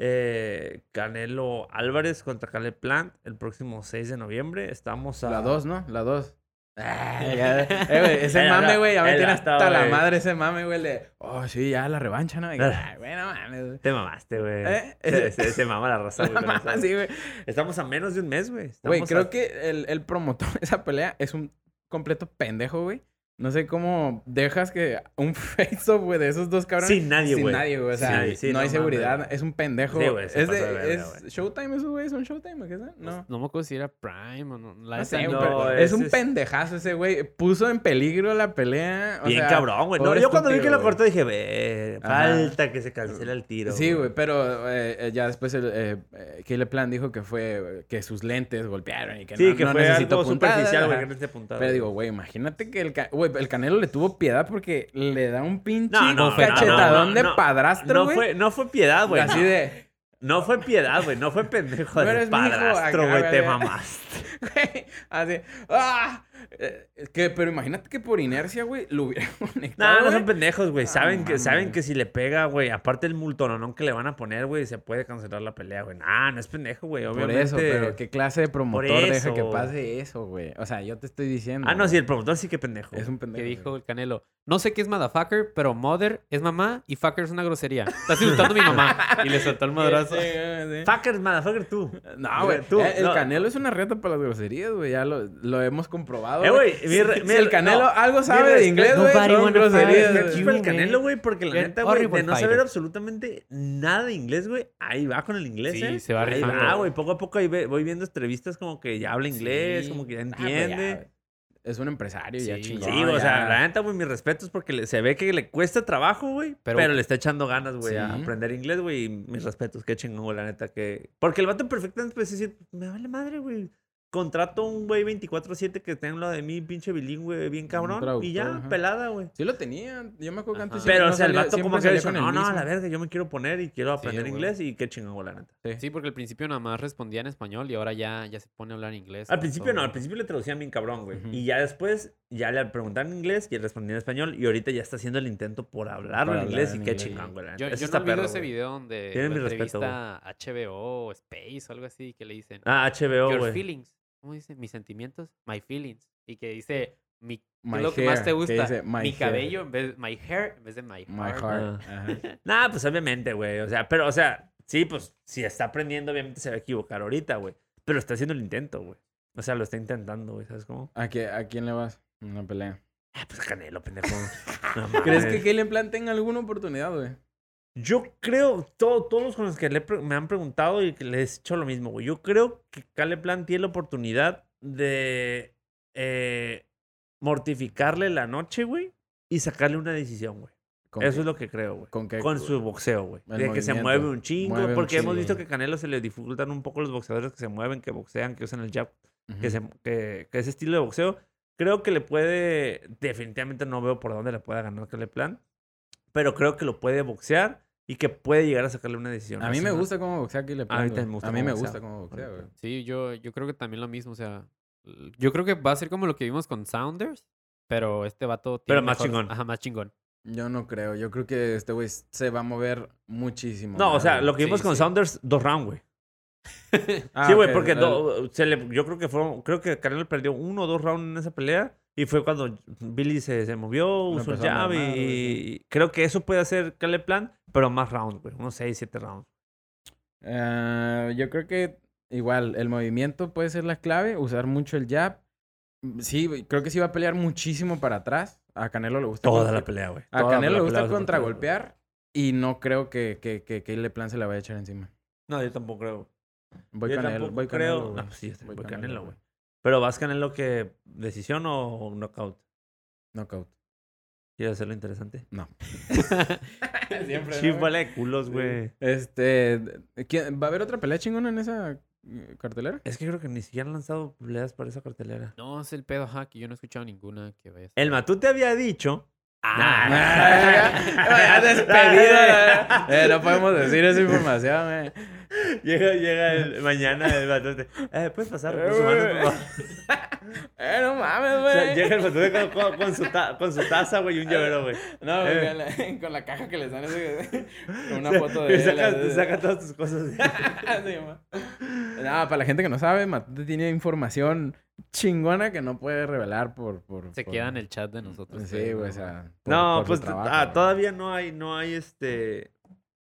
[SPEAKER 2] eh, Canelo Álvarez contra Caleb Plant el próximo 6 de noviembre. Estamos a.
[SPEAKER 3] La 2, ¿no? La 2. Eh, güey, ese
[SPEAKER 2] El
[SPEAKER 3] mame,
[SPEAKER 2] hasta-
[SPEAKER 3] güey, ya me
[SPEAKER 2] el
[SPEAKER 3] tiene
[SPEAKER 2] hasta,
[SPEAKER 3] hasta la
[SPEAKER 2] güey.
[SPEAKER 3] madre ese mame, güey, el de, oh, sí, ya la revancha, ¿no? Y,
[SPEAKER 2] Ah.
[SPEAKER 3] Ay, güey, no mames, güey.
[SPEAKER 2] Te mamaste, güey.
[SPEAKER 3] ¿Eh?
[SPEAKER 2] Se, se- se mama la raza, güey. con
[SPEAKER 3] Mamá,
[SPEAKER 2] eso.
[SPEAKER 3] sí, güey.
[SPEAKER 2] Estamos a menos de un mes, güey.
[SPEAKER 3] Güey,
[SPEAKER 2] Estamos
[SPEAKER 3] creo
[SPEAKER 2] a-
[SPEAKER 3] que el, el promotor de esa pelea es un completo pendejo, güey. No sé cómo dejas que un face-off, güey, de esos dos cabrones.
[SPEAKER 2] Sin nadie,
[SPEAKER 3] Sin
[SPEAKER 2] güey.
[SPEAKER 3] nadie, güey. O
[SPEAKER 2] Sin
[SPEAKER 3] sea,
[SPEAKER 2] nadie, sí,
[SPEAKER 3] no,
[SPEAKER 2] no
[SPEAKER 3] hay
[SPEAKER 2] mames.
[SPEAKER 3] seguridad. Es un pendejo.
[SPEAKER 2] Sí, güey, se
[SPEAKER 3] es
[SPEAKER 2] pasó de
[SPEAKER 3] de-
[SPEAKER 2] verga,
[SPEAKER 3] es
[SPEAKER 2] güey. Pues,
[SPEAKER 3] Showtime esos, güey. Son Showtime, ¿qué es?
[SPEAKER 4] No.
[SPEAKER 3] No.
[SPEAKER 4] me acuerdo si era Prime o no. La
[SPEAKER 3] No
[SPEAKER 4] neta
[SPEAKER 3] sé,
[SPEAKER 4] no
[SPEAKER 3] güey,
[SPEAKER 4] me
[SPEAKER 2] no,
[SPEAKER 4] acuerdo.
[SPEAKER 3] pero es
[SPEAKER 2] ese
[SPEAKER 3] un
[SPEAKER 2] es-
[SPEAKER 3] pendejazo ese güey. Puso en peligro la pelea. o
[SPEAKER 2] Bien
[SPEAKER 3] sea,
[SPEAKER 2] cabrón, güey. No,
[SPEAKER 3] pobre
[SPEAKER 2] yo cuando vi que
[SPEAKER 3] estúpido,
[SPEAKER 2] lo
[SPEAKER 3] güey.
[SPEAKER 2] cortó dije, ve,
[SPEAKER 3] Ajá.
[SPEAKER 2] falta que se cancele el tiro.
[SPEAKER 3] Sí, güey, pero eh, eh, ya después el, eh, eh, Caleb Plant dijo que fue eh, que sus lentes golpearon y que
[SPEAKER 2] Sí,
[SPEAKER 3] no,
[SPEAKER 2] que
[SPEAKER 3] no
[SPEAKER 2] fue
[SPEAKER 3] necesitó
[SPEAKER 2] algo
[SPEAKER 3] puntadas,
[SPEAKER 2] superficial, güey,
[SPEAKER 3] ajá.
[SPEAKER 2] que no esté apuntado.
[SPEAKER 3] Pero digo, güey, imagínate que el, ca- güey, el Canelo le tuvo piedad porque le da un pinche
[SPEAKER 2] No, no, no,
[SPEAKER 3] cachetadón
[SPEAKER 2] no,
[SPEAKER 3] de
[SPEAKER 2] no.
[SPEAKER 3] padrastro,
[SPEAKER 2] no
[SPEAKER 3] güey.
[SPEAKER 2] fue, no fue piedad, güey.
[SPEAKER 3] Así de,
[SPEAKER 2] No fue piedad, güey. No fue pendejo
[SPEAKER 3] No
[SPEAKER 2] de
[SPEAKER 3] eres mi hijo,
[SPEAKER 2] padrastro,
[SPEAKER 3] acá,
[SPEAKER 2] güey. Te
[SPEAKER 3] güey.
[SPEAKER 2] mamaste.
[SPEAKER 3] güey, así, ¡ah! Eh, es que, pero imagínate que por inercia, güey, lo hubiera
[SPEAKER 2] No,
[SPEAKER 3] conectado,
[SPEAKER 2] no
[SPEAKER 3] güey.
[SPEAKER 2] son pendejos, güey.
[SPEAKER 3] Ah,
[SPEAKER 2] Saben,
[SPEAKER 3] no
[SPEAKER 2] que,
[SPEAKER 3] mames,
[SPEAKER 2] saben
[SPEAKER 3] güey.
[SPEAKER 2] que si le pega, güey, aparte el multononón que le van a poner, güey, se puede cancelar la pelea, güey. Nah, no es pendejo, güey.
[SPEAKER 3] Por
[SPEAKER 2] Obviamente.
[SPEAKER 3] eso, pero ¿qué clase de promotor deja que
[SPEAKER 2] eso.
[SPEAKER 3] pase eso, güey? O sea, yo te estoy diciendo.
[SPEAKER 2] Ah, no,
[SPEAKER 3] güey,
[SPEAKER 2] sí, el promotor sí que pendejo.
[SPEAKER 3] Es un
[SPEAKER 4] Que
[SPEAKER 3] pendejo.
[SPEAKER 4] dijo el Canelo, no sé qué es motherfucker, pero mother es mamá y fucker es una grosería. Estás insultando a mi mamá. Y le soltó el madrazo.
[SPEAKER 3] Sí, sí, sí.
[SPEAKER 2] Fucker, motherfucker, tú.
[SPEAKER 3] No, güey,
[SPEAKER 2] Tú,
[SPEAKER 3] eh, El
[SPEAKER 2] no.
[SPEAKER 3] Canelo es una reta para las groserías, güey. Ya lo, lo hemos comprobado.
[SPEAKER 2] Eh, güey,
[SPEAKER 3] Si-
[SPEAKER 2] mi re-
[SPEAKER 3] si
[SPEAKER 2] mi-
[SPEAKER 3] el Canelo
[SPEAKER 2] no,
[SPEAKER 3] algo
[SPEAKER 2] mi
[SPEAKER 3] sabe de
[SPEAKER 2] respeto.
[SPEAKER 3] inglés, güey,
[SPEAKER 4] Nobody
[SPEAKER 3] son
[SPEAKER 4] wanna
[SPEAKER 3] groserías.
[SPEAKER 4] fight
[SPEAKER 3] güey.
[SPEAKER 4] you.
[SPEAKER 2] Para el
[SPEAKER 4] güey.
[SPEAKER 2] Canelo, güey, porque la
[SPEAKER 4] Qué
[SPEAKER 2] neta, güey, de
[SPEAKER 4] horrible
[SPEAKER 2] no saber
[SPEAKER 4] fighter.
[SPEAKER 2] absolutamente nada de inglés, güey, ahí va con el inglés,
[SPEAKER 4] Sí,
[SPEAKER 2] ¿eh?
[SPEAKER 4] se va
[SPEAKER 2] Ahí
[SPEAKER 4] rifando.
[SPEAKER 2] va, güey, poco a poco ahí ve- voy viendo entrevistas como que ya habla inglés,
[SPEAKER 4] Sí.
[SPEAKER 2] como que ya
[SPEAKER 3] Ah, pues ya,
[SPEAKER 2] entiende.
[SPEAKER 3] güey. es un empresario ya
[SPEAKER 4] Sí,
[SPEAKER 2] Sí,
[SPEAKER 3] chingón.
[SPEAKER 2] güey, o sea,
[SPEAKER 3] ya.
[SPEAKER 2] la neta, güey, mis respetos porque le- se ve que le cuesta trabajo, güey, pero,
[SPEAKER 4] Pero-
[SPEAKER 2] le está echando ganas, güey, a
[SPEAKER 3] Sí.
[SPEAKER 2] aprender inglés, güey, y mis respetos, qué chingón, güey, la neta, que... Porque el vato perfectamente puede decir, me vale madre, güey, contrato un güey 24-7 que tenga lo de mí, pinche bilingüe, bien cabrón, y
[SPEAKER 3] traductor,
[SPEAKER 2] ya,
[SPEAKER 3] ajá.
[SPEAKER 2] pelada, güey.
[SPEAKER 3] Sí lo tenía. Yo me acuerdo que antes
[SPEAKER 4] Ajá.
[SPEAKER 3] sí
[SPEAKER 2] Pero,
[SPEAKER 3] no
[SPEAKER 2] o sea, el
[SPEAKER 3] salía-
[SPEAKER 2] vato
[SPEAKER 3] siempre
[SPEAKER 2] como que
[SPEAKER 3] salía
[SPEAKER 2] dijo,
[SPEAKER 3] con el
[SPEAKER 2] no, no, a
[SPEAKER 3] mismo".
[SPEAKER 2] la verga, yo me quiero poner y quiero aprender
[SPEAKER 4] güey.
[SPEAKER 2] inglés y qué chingón, güey, la neta.
[SPEAKER 4] Sí, porque al principio nada más respondía en español y ahora ya, ya se pone a hablar inglés.
[SPEAKER 2] Al
[SPEAKER 4] con
[SPEAKER 2] principio no,
[SPEAKER 4] todo.
[SPEAKER 2] al principio le traducían bien cabrón, güey.
[SPEAKER 3] Ujú.
[SPEAKER 2] Y ya después, ya le preguntaron en inglés y él respondía en español. Y ahorita ya está haciendo el intento por hablarlo
[SPEAKER 3] Por
[SPEAKER 2] en
[SPEAKER 3] hablar
[SPEAKER 2] inglés y
[SPEAKER 3] en
[SPEAKER 2] qué
[SPEAKER 3] inglés.
[SPEAKER 2] chingón, güey. la neta.
[SPEAKER 4] Yo,
[SPEAKER 2] Eso
[SPEAKER 4] yo no
[SPEAKER 2] está
[SPEAKER 4] olvido
[SPEAKER 2] perro,
[SPEAKER 4] ese
[SPEAKER 2] güey.
[SPEAKER 4] video donde
[SPEAKER 2] Tiene
[SPEAKER 4] lo
[SPEAKER 2] mi respeto, güey.
[SPEAKER 4] entrevista a HBO o Space o algo así que le dicen
[SPEAKER 2] Ah, HBO,
[SPEAKER 4] Your
[SPEAKER 2] güey.
[SPEAKER 4] feelings. ¿Cómo dice? Mis sentimientos, my feelings. Y que dice
[SPEAKER 2] Eh,
[SPEAKER 4] mi ¿qué es
[SPEAKER 3] My
[SPEAKER 4] lo que más
[SPEAKER 3] hair,
[SPEAKER 4] te
[SPEAKER 3] que
[SPEAKER 4] gusta,
[SPEAKER 3] dice, "My
[SPEAKER 4] mi
[SPEAKER 3] hair".
[SPEAKER 4] cabello en vez my hair en vez de my heart.
[SPEAKER 3] My heart. Ajá.
[SPEAKER 2] Nah, pues obviamente, güey. O sea, pero, o sea, sí, pues si está aprendiendo, obviamente se va a equivocar ahorita, güey. Pero está haciendo el intento, güey. O sea, lo está intentando, güey. ¿Sabes cómo?
[SPEAKER 3] ¿A, qué- ¿A quién le vas? en Una pelea.
[SPEAKER 2] Ah, pues Canelo, pendejo.
[SPEAKER 3] ¿Crees que Caleb Plant tenga alguna oportunidad, güey?
[SPEAKER 2] Yo creo, todo- todos los con los que le pre- me han preguntado y que les he hecho lo mismo, güey. Yo creo que Caleb Plant tiene la oportunidad de eh, mortificarle la noche, güey, y sacarle una decisión, güey.
[SPEAKER 3] ¿Con
[SPEAKER 2] Eso
[SPEAKER 3] qué-
[SPEAKER 2] es lo que creo, güey.
[SPEAKER 3] ¿Con qué?
[SPEAKER 2] Con su boxeo, güey. De
[SPEAKER 3] El
[SPEAKER 2] que se
[SPEAKER 3] movimiento.
[SPEAKER 2] mueve un chingo.
[SPEAKER 3] Mueve un
[SPEAKER 2] porque hemos
[SPEAKER 3] chingo.
[SPEAKER 2] visto que a Canelo se le dificultan un poco los boxeadores que se mueven, que boxean, que usan el jab,
[SPEAKER 3] Ujú.
[SPEAKER 2] que, se, que, que ese estilo de boxeo. Creo que le puede. Definitivamente no veo por dónde le pueda ganar Caleb Plant. Pero creo que lo puede boxear y que puede llegar a sacarle una decisión.
[SPEAKER 3] A mí me
[SPEAKER 2] racional.
[SPEAKER 3] gusta cómo boxea Caleb
[SPEAKER 2] A mí
[SPEAKER 3] Plant.
[SPEAKER 2] también
[SPEAKER 3] güey.
[SPEAKER 2] me gusta
[SPEAKER 3] A
[SPEAKER 2] cómo
[SPEAKER 3] mí me
[SPEAKER 2] boxea.
[SPEAKER 3] gusta cómo boxea, güey.
[SPEAKER 4] Sí, yo, yo creo que también lo mismo, o sea, l- yo creo que va a ser como lo que vimos con Sounders, pero este vato tiene
[SPEAKER 2] Pero más chingón.
[SPEAKER 4] Ajá, más chingón.
[SPEAKER 3] Yo no creo. Yo creo que este güey se va a mover muchísimo.
[SPEAKER 2] No, o
[SPEAKER 3] más,
[SPEAKER 2] sea,
[SPEAKER 3] güey.
[SPEAKER 2] lo que vimos
[SPEAKER 4] Sí,
[SPEAKER 2] con
[SPEAKER 4] sí.
[SPEAKER 2] Saunders, dos rounds, güey.
[SPEAKER 3] Ah,
[SPEAKER 2] sí, güey,
[SPEAKER 3] ok.
[SPEAKER 2] porque
[SPEAKER 3] El-
[SPEAKER 2] do- se le- yo creo que fueron, creo que Canelo perdió uno o dos rounds en esa pelea y fue cuando Billy se, se movió, usó el
[SPEAKER 3] empezó a
[SPEAKER 2] jab
[SPEAKER 3] mermar,
[SPEAKER 2] y,
[SPEAKER 3] güey,
[SPEAKER 2] y creo que eso puede hacer Caleb Plan, pero más rounds, güey, unos 6, 7 rounds.
[SPEAKER 3] Ah, yo creo que igual el movimiento puede ser la clave, usar mucho el jab. Sí, güey, creo que sí va a pelear muchísimo para atrás. A Canelo le gusta.
[SPEAKER 2] Toda la
[SPEAKER 3] golpe-
[SPEAKER 2] pelea, güey.
[SPEAKER 3] A
[SPEAKER 2] Toda
[SPEAKER 3] Canelo
[SPEAKER 2] la
[SPEAKER 3] le
[SPEAKER 2] pelea
[SPEAKER 3] gusta
[SPEAKER 2] se
[SPEAKER 3] contragolpear y no creo que, que, que, que Caleb Plant se la vaya a echar encima.
[SPEAKER 2] No, yo tampoco creo.
[SPEAKER 3] Voy
[SPEAKER 2] yo
[SPEAKER 3] Canelo,
[SPEAKER 2] tampoco
[SPEAKER 3] voy
[SPEAKER 2] creo.
[SPEAKER 3] Canelo. güey.
[SPEAKER 2] no, pues sí, voy,
[SPEAKER 3] Voy
[SPEAKER 2] Canelo,
[SPEAKER 3] Canelo,
[SPEAKER 2] güey.
[SPEAKER 3] güey.
[SPEAKER 2] Pero vas Canelo que decisión o knockout.
[SPEAKER 3] Knockout.
[SPEAKER 2] ¿Quieres hacerlo interesante?
[SPEAKER 3] No.
[SPEAKER 2] Chífale de culos, güey.
[SPEAKER 3] Este, ¿quién- ¿va a haber otra pelea chingona en esa eh, cartelera?
[SPEAKER 2] Es que creo que ni siquiera han lanzado peleas para esa cartelera.
[SPEAKER 4] No, es el pedo, ajá, que yo no he escuchado ninguna que vaya a estar.
[SPEAKER 2] El Matú te había dicho.
[SPEAKER 3] Ah,
[SPEAKER 2] Ah.
[SPEAKER 3] ya despedido. eh. Eh, no podemos decir esa información, eh.
[SPEAKER 2] Llega, llega el, mañana el batote. Eh, ¿Puedes pasar
[SPEAKER 3] Eh,
[SPEAKER 2] con su mano, por
[SPEAKER 3] güey.
[SPEAKER 2] favor?
[SPEAKER 3] Eh, no mames,
[SPEAKER 2] O
[SPEAKER 3] güey.
[SPEAKER 2] sea, llega el batote con, con- con su, ta- con su taza, güey, y un llavero, güey.
[SPEAKER 3] No,
[SPEAKER 2] Eh.
[SPEAKER 3] güey, con, la, con la caja que les dan ese, con una
[SPEAKER 2] O sea,
[SPEAKER 3] foto
[SPEAKER 2] y
[SPEAKER 3] de él.
[SPEAKER 2] saca,
[SPEAKER 3] así.
[SPEAKER 2] saca todas tus cosas.
[SPEAKER 3] Sí, ma. no, para la gente que no sabe, Matute tiene información chingona que no puede revelar por... por
[SPEAKER 4] Se
[SPEAKER 3] por-
[SPEAKER 4] queda en el chat de nosotros.
[SPEAKER 3] Sí, güey, o
[SPEAKER 4] güey.
[SPEAKER 3] sea... por-
[SPEAKER 2] No,
[SPEAKER 3] por su
[SPEAKER 2] pues
[SPEAKER 3] trabajo,
[SPEAKER 2] ah,
[SPEAKER 3] güey.
[SPEAKER 2] todavía no hay, no hay este.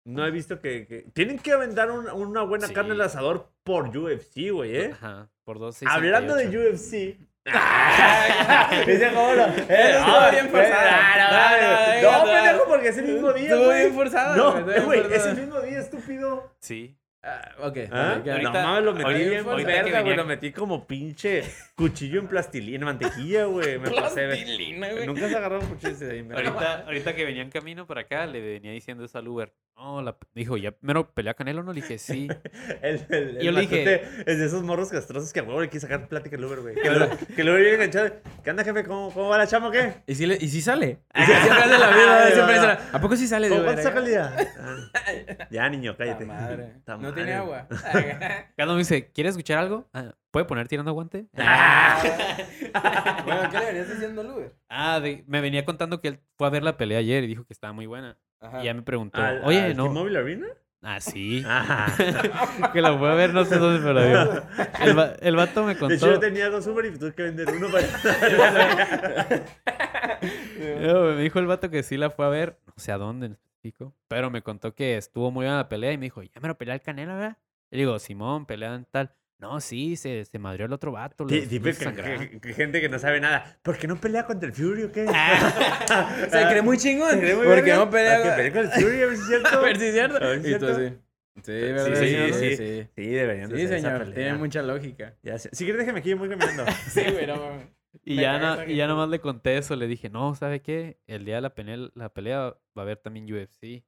[SPEAKER 2] No he visto que. que- Tienen que aventar un- una buena
[SPEAKER 4] Sí.
[SPEAKER 2] carne al asador por UFC, güey, ¿eh?
[SPEAKER 4] Ajá, por dos
[SPEAKER 2] Hablando de
[SPEAKER 4] 68.
[SPEAKER 2] UFC. Dice cómo lo. eh,
[SPEAKER 3] estuvo
[SPEAKER 2] ah,
[SPEAKER 3] Ah. bien
[SPEAKER 2] güey,
[SPEAKER 3] forzado.
[SPEAKER 2] ah, No, güey.
[SPEAKER 3] No, no, no, no.
[SPEAKER 2] No, pendejo, porque es el mismo día.
[SPEAKER 3] Estuvo
[SPEAKER 2] güey.
[SPEAKER 3] bien forzado, güey, estuvo
[SPEAKER 2] No,
[SPEAKER 3] bien
[SPEAKER 2] güey, es
[SPEAKER 3] forzado.
[SPEAKER 2] el mismo día, estúpido.
[SPEAKER 4] Sí.
[SPEAKER 3] Ah, ok.
[SPEAKER 2] ¿Ah?
[SPEAKER 3] ok, ya.
[SPEAKER 2] no mames, lo metí
[SPEAKER 4] ahorita-
[SPEAKER 2] bien
[SPEAKER 4] ahorita que
[SPEAKER 2] verga, güey.
[SPEAKER 4] venía-
[SPEAKER 2] Lo metí como pinche cuchillo en plastilina, mantequilla, güey. Me pasé. güey.
[SPEAKER 3] Plastilina, güey.
[SPEAKER 2] Nunca se agarró un cuchillo de ahí, me-
[SPEAKER 4] Ahorita, ahorita que venía en camino para acá, le venía diciendo eso al Uber. No, la... dijo, ¿ya mero pelea Canelo? No, le dije, sí.
[SPEAKER 2] El, el, el
[SPEAKER 4] Yo le dije-
[SPEAKER 2] matote es de esos morros castrosos que a huevo le quiere sacar plática al Uber, güey. Que, el Uber- que el Uber viene enganchado. ¿Qué anda, jefe? ¿Cómo, cómo va la chama o qué?
[SPEAKER 3] ¿Y si, le- y si sale? ¿Y si así acá de la vida?
[SPEAKER 2] Sí,
[SPEAKER 3] siempre
[SPEAKER 2] va, va.
[SPEAKER 3] será, Ah. ¿A poco sí sale?
[SPEAKER 2] ¿Cómo
[SPEAKER 3] digo,
[SPEAKER 2] cuánto saca el
[SPEAKER 3] verga?
[SPEAKER 2] día? Ah, Ya, niño, cállate.
[SPEAKER 3] Ta madre.
[SPEAKER 2] Ta
[SPEAKER 3] No tiene
[SPEAKER 2] madre.
[SPEAKER 3] agua.
[SPEAKER 4] Carlos me dice, ¿quieres escuchar algo? Ah, ¿Puede poner tirando guante?
[SPEAKER 2] Ah.
[SPEAKER 3] bueno, ¿qué le venías diciendo al Uber?
[SPEAKER 4] Ah, de- me venía contando que él fue a ver la pelea ayer y dijo que estaba muy buena.
[SPEAKER 3] Ajá.
[SPEAKER 4] Y ya me preguntó,
[SPEAKER 2] Ah. ¿Al-
[SPEAKER 4] oye,
[SPEAKER 2] al
[SPEAKER 4] no.
[SPEAKER 2] T-Mobile Arena?
[SPEAKER 4] Ah, sí.
[SPEAKER 2] Ah.
[SPEAKER 4] que la fue a ver, no sé dónde, pero la vio. El, va- el vato me
[SPEAKER 2] De hecho, yo
[SPEAKER 4] contó.
[SPEAKER 2] tenía dos Uber y tuve que vender uno para.
[SPEAKER 4] No, me dijo el vato que sí la fue a ver, no sé a dónde en específico, pero me contó que estuvo muy buena la pelea y me dijo, ya me lo pelea el Canelo, ¿verdad? Y digo, Simón, pelean tal. No, sí, se, se madrió el otro vato. lo-
[SPEAKER 2] Di-
[SPEAKER 4] lo
[SPEAKER 2] Dime pues,
[SPEAKER 4] hizo
[SPEAKER 2] que,
[SPEAKER 4] sangrar".
[SPEAKER 2] que- que gente que no sabe nada. ¿Por qué no pelea contra el Fury o qué?
[SPEAKER 3] Se cree muy chingón.
[SPEAKER 2] Se cree muy
[SPEAKER 3] Porque
[SPEAKER 2] verga.
[SPEAKER 3] no pelea.
[SPEAKER 2] ¿Para que pelee con el Fury, a ver si es cierto.
[SPEAKER 3] A ver si es cierto.
[SPEAKER 2] A ver si es
[SPEAKER 3] Y tú
[SPEAKER 2] cierto.
[SPEAKER 3] así. Sí, ¿verdad?
[SPEAKER 2] sí,
[SPEAKER 3] señor?
[SPEAKER 2] sí.
[SPEAKER 3] Sí,
[SPEAKER 2] Sí, deberían de
[SPEAKER 3] Sí,
[SPEAKER 2] hacer esa
[SPEAKER 3] señor.
[SPEAKER 2] pelea.
[SPEAKER 3] Tiene mucha lógica.
[SPEAKER 2] Ya sé. Si quieres, déjame aquí, voy caminando.
[SPEAKER 3] Sí, güey, no mames.
[SPEAKER 4] Y
[SPEAKER 3] Me
[SPEAKER 4] ya,
[SPEAKER 3] caga
[SPEAKER 4] na-
[SPEAKER 3] esa
[SPEAKER 4] y ya
[SPEAKER 3] gente.
[SPEAKER 4] nomás le conté eso, le dije, no, ¿sabe qué? El día de la pelea, la pelea va a haber también UFC.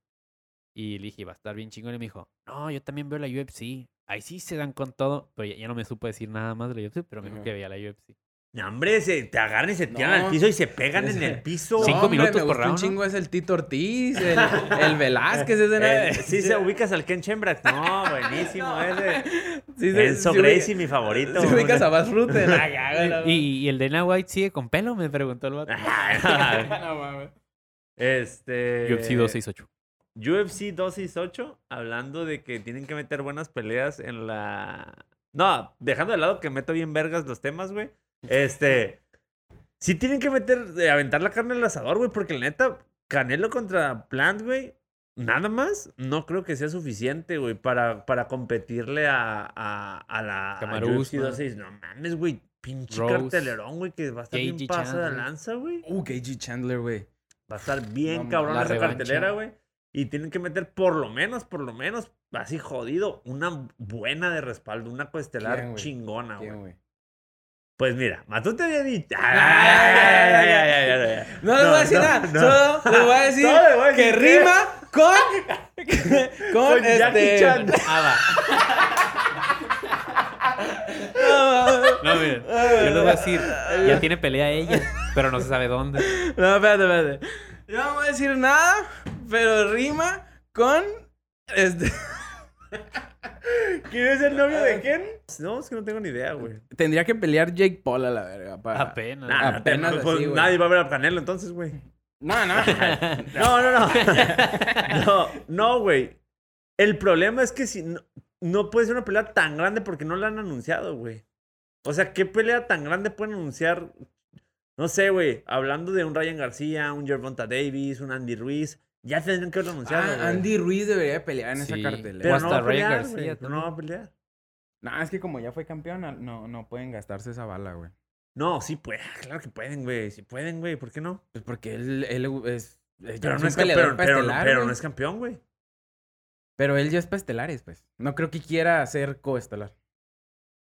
[SPEAKER 4] Y le dije, va a estar bien chingón. Y me dijo, no, yo también veo la UFC. Ahí sí se dan con todo. Pero ya, ya no me supo decir nada más de la UFC, pero me dijo
[SPEAKER 3] Ujú.
[SPEAKER 4] que veía la UFC.
[SPEAKER 2] No, hombre, se te agarran y se tiran
[SPEAKER 3] No.
[SPEAKER 2] al piso y se pegan en el piso.
[SPEAKER 4] Cinco
[SPEAKER 3] hombre,
[SPEAKER 4] minutos por
[SPEAKER 3] me gusta Un
[SPEAKER 4] round, ¿no?
[SPEAKER 3] chingo es el Tito Ortiz, el, el Velázquez, ese
[SPEAKER 2] Eh,
[SPEAKER 3] era-
[SPEAKER 2] sí, se ubicas al Ken Chembra. No, buenísimo ese.
[SPEAKER 3] Sí, sí,
[SPEAKER 2] Enzo
[SPEAKER 3] sí,
[SPEAKER 2] Gracie,
[SPEAKER 3] ubica-
[SPEAKER 2] mi favorito.
[SPEAKER 3] Sí, ubicas a Bas Rutten. Ah, ya, güey, no
[SPEAKER 4] Y, y el Dana White sigue con pelo, me preguntó el vato.
[SPEAKER 3] mames. No mames.
[SPEAKER 2] este.
[SPEAKER 4] UFC 268.
[SPEAKER 2] UFC 268, hablando de que tienen que meter buenas peleas en la. No, dejando de lado que meto bien vergas los temas, güey. Este. Sí tienen que meter, eh, aventar la carne al asador, güey, porque la neta, Canelo contra Plant, güey, nada más, no creo que sea suficiente, güey, para, para competirle a, a, a la a
[SPEAKER 4] Kamaru
[SPEAKER 2] UFC
[SPEAKER 4] Usman.
[SPEAKER 2] 268. No mames, güey, pinche
[SPEAKER 4] Rose.
[SPEAKER 2] cartelerón, güey, que va a estar
[SPEAKER 4] J.G.
[SPEAKER 2] bien pasada
[SPEAKER 4] Chandler.
[SPEAKER 2] lanza, güey.
[SPEAKER 3] Uh, KG Chandler, güey.
[SPEAKER 2] Va a estar bien
[SPEAKER 3] No,
[SPEAKER 2] cabrón
[SPEAKER 4] la
[SPEAKER 2] esa
[SPEAKER 4] revancha.
[SPEAKER 2] cartelera, güey. Y tienen que meter por lo menos, por lo menos, así jodido, una buena de respaldo, una coestelar
[SPEAKER 3] ¿Quién, güey?
[SPEAKER 2] chingona,
[SPEAKER 3] ¿Quién,
[SPEAKER 2] Ah, güey.
[SPEAKER 3] güey?
[SPEAKER 2] Pues mira, Matú te había dicho. Ah,
[SPEAKER 3] ay, ay, ay, No les voy a decir nada, solo les voy a decir
[SPEAKER 2] Solo les voy a
[SPEAKER 3] que
[SPEAKER 2] decir que-
[SPEAKER 3] rima con. con,
[SPEAKER 2] Con Jackie
[SPEAKER 3] este.
[SPEAKER 2] Chan.
[SPEAKER 4] No, miren, yo le voy a decir, ya tiene pelea ella, pero no se sabe dónde.
[SPEAKER 3] No, espérate, espérate. Yo no voy a decir nada, pero rima con. Este.
[SPEAKER 2] ¿Quién es el novio
[SPEAKER 3] Ah,
[SPEAKER 2] de quién? No, es que no tengo ni idea, güey.
[SPEAKER 3] Tendría que pelear Jake Paul a la verga. Para...
[SPEAKER 4] Apenas.
[SPEAKER 2] Nah, no te-
[SPEAKER 3] apenas
[SPEAKER 2] pues,
[SPEAKER 3] así, güey.
[SPEAKER 2] nadie va a ver a Canelo entonces, güey.
[SPEAKER 3] No, no.
[SPEAKER 2] No, no, no. No, no, güey. El problema es que si no- no puede ser una pelea tan grande porque no la han anunciado, güey. O sea, ¿qué pelea tan grande pueden anunciar? No sé, güey. Hablando de un Ryan García, un Gervonta Davis, un Andy Ruiz. Ya tendrían que haberlo anunciado.
[SPEAKER 3] Ah,
[SPEAKER 2] güey.
[SPEAKER 3] Andy Ruiz debería de pelear en
[SPEAKER 4] Sí.
[SPEAKER 3] esa cartelera.
[SPEAKER 2] Pero
[SPEAKER 4] o
[SPEAKER 2] no va
[SPEAKER 4] hasta
[SPEAKER 2] a
[SPEAKER 4] Ryan
[SPEAKER 2] pelear,
[SPEAKER 4] García
[SPEAKER 2] güey, pero no va
[SPEAKER 4] también.
[SPEAKER 2] a pelear.
[SPEAKER 3] Nah, es que como ya fue campeona, no, no pueden gastarse esa bala, güey.
[SPEAKER 2] No, sí, pues, claro que pueden, güey. Sí pueden, güey. ¿Por qué no?
[SPEAKER 3] Pues porque él, él es. es- ya
[SPEAKER 2] Pero no
[SPEAKER 3] un
[SPEAKER 2] es, campeón,
[SPEAKER 3] peleador
[SPEAKER 2] pero, pero-
[SPEAKER 3] pastelar,
[SPEAKER 2] pero
[SPEAKER 3] güey.
[SPEAKER 2] no es campeón, güey.
[SPEAKER 3] Pero él ya es pastelares, pues. No creo que quiera ser coestelar.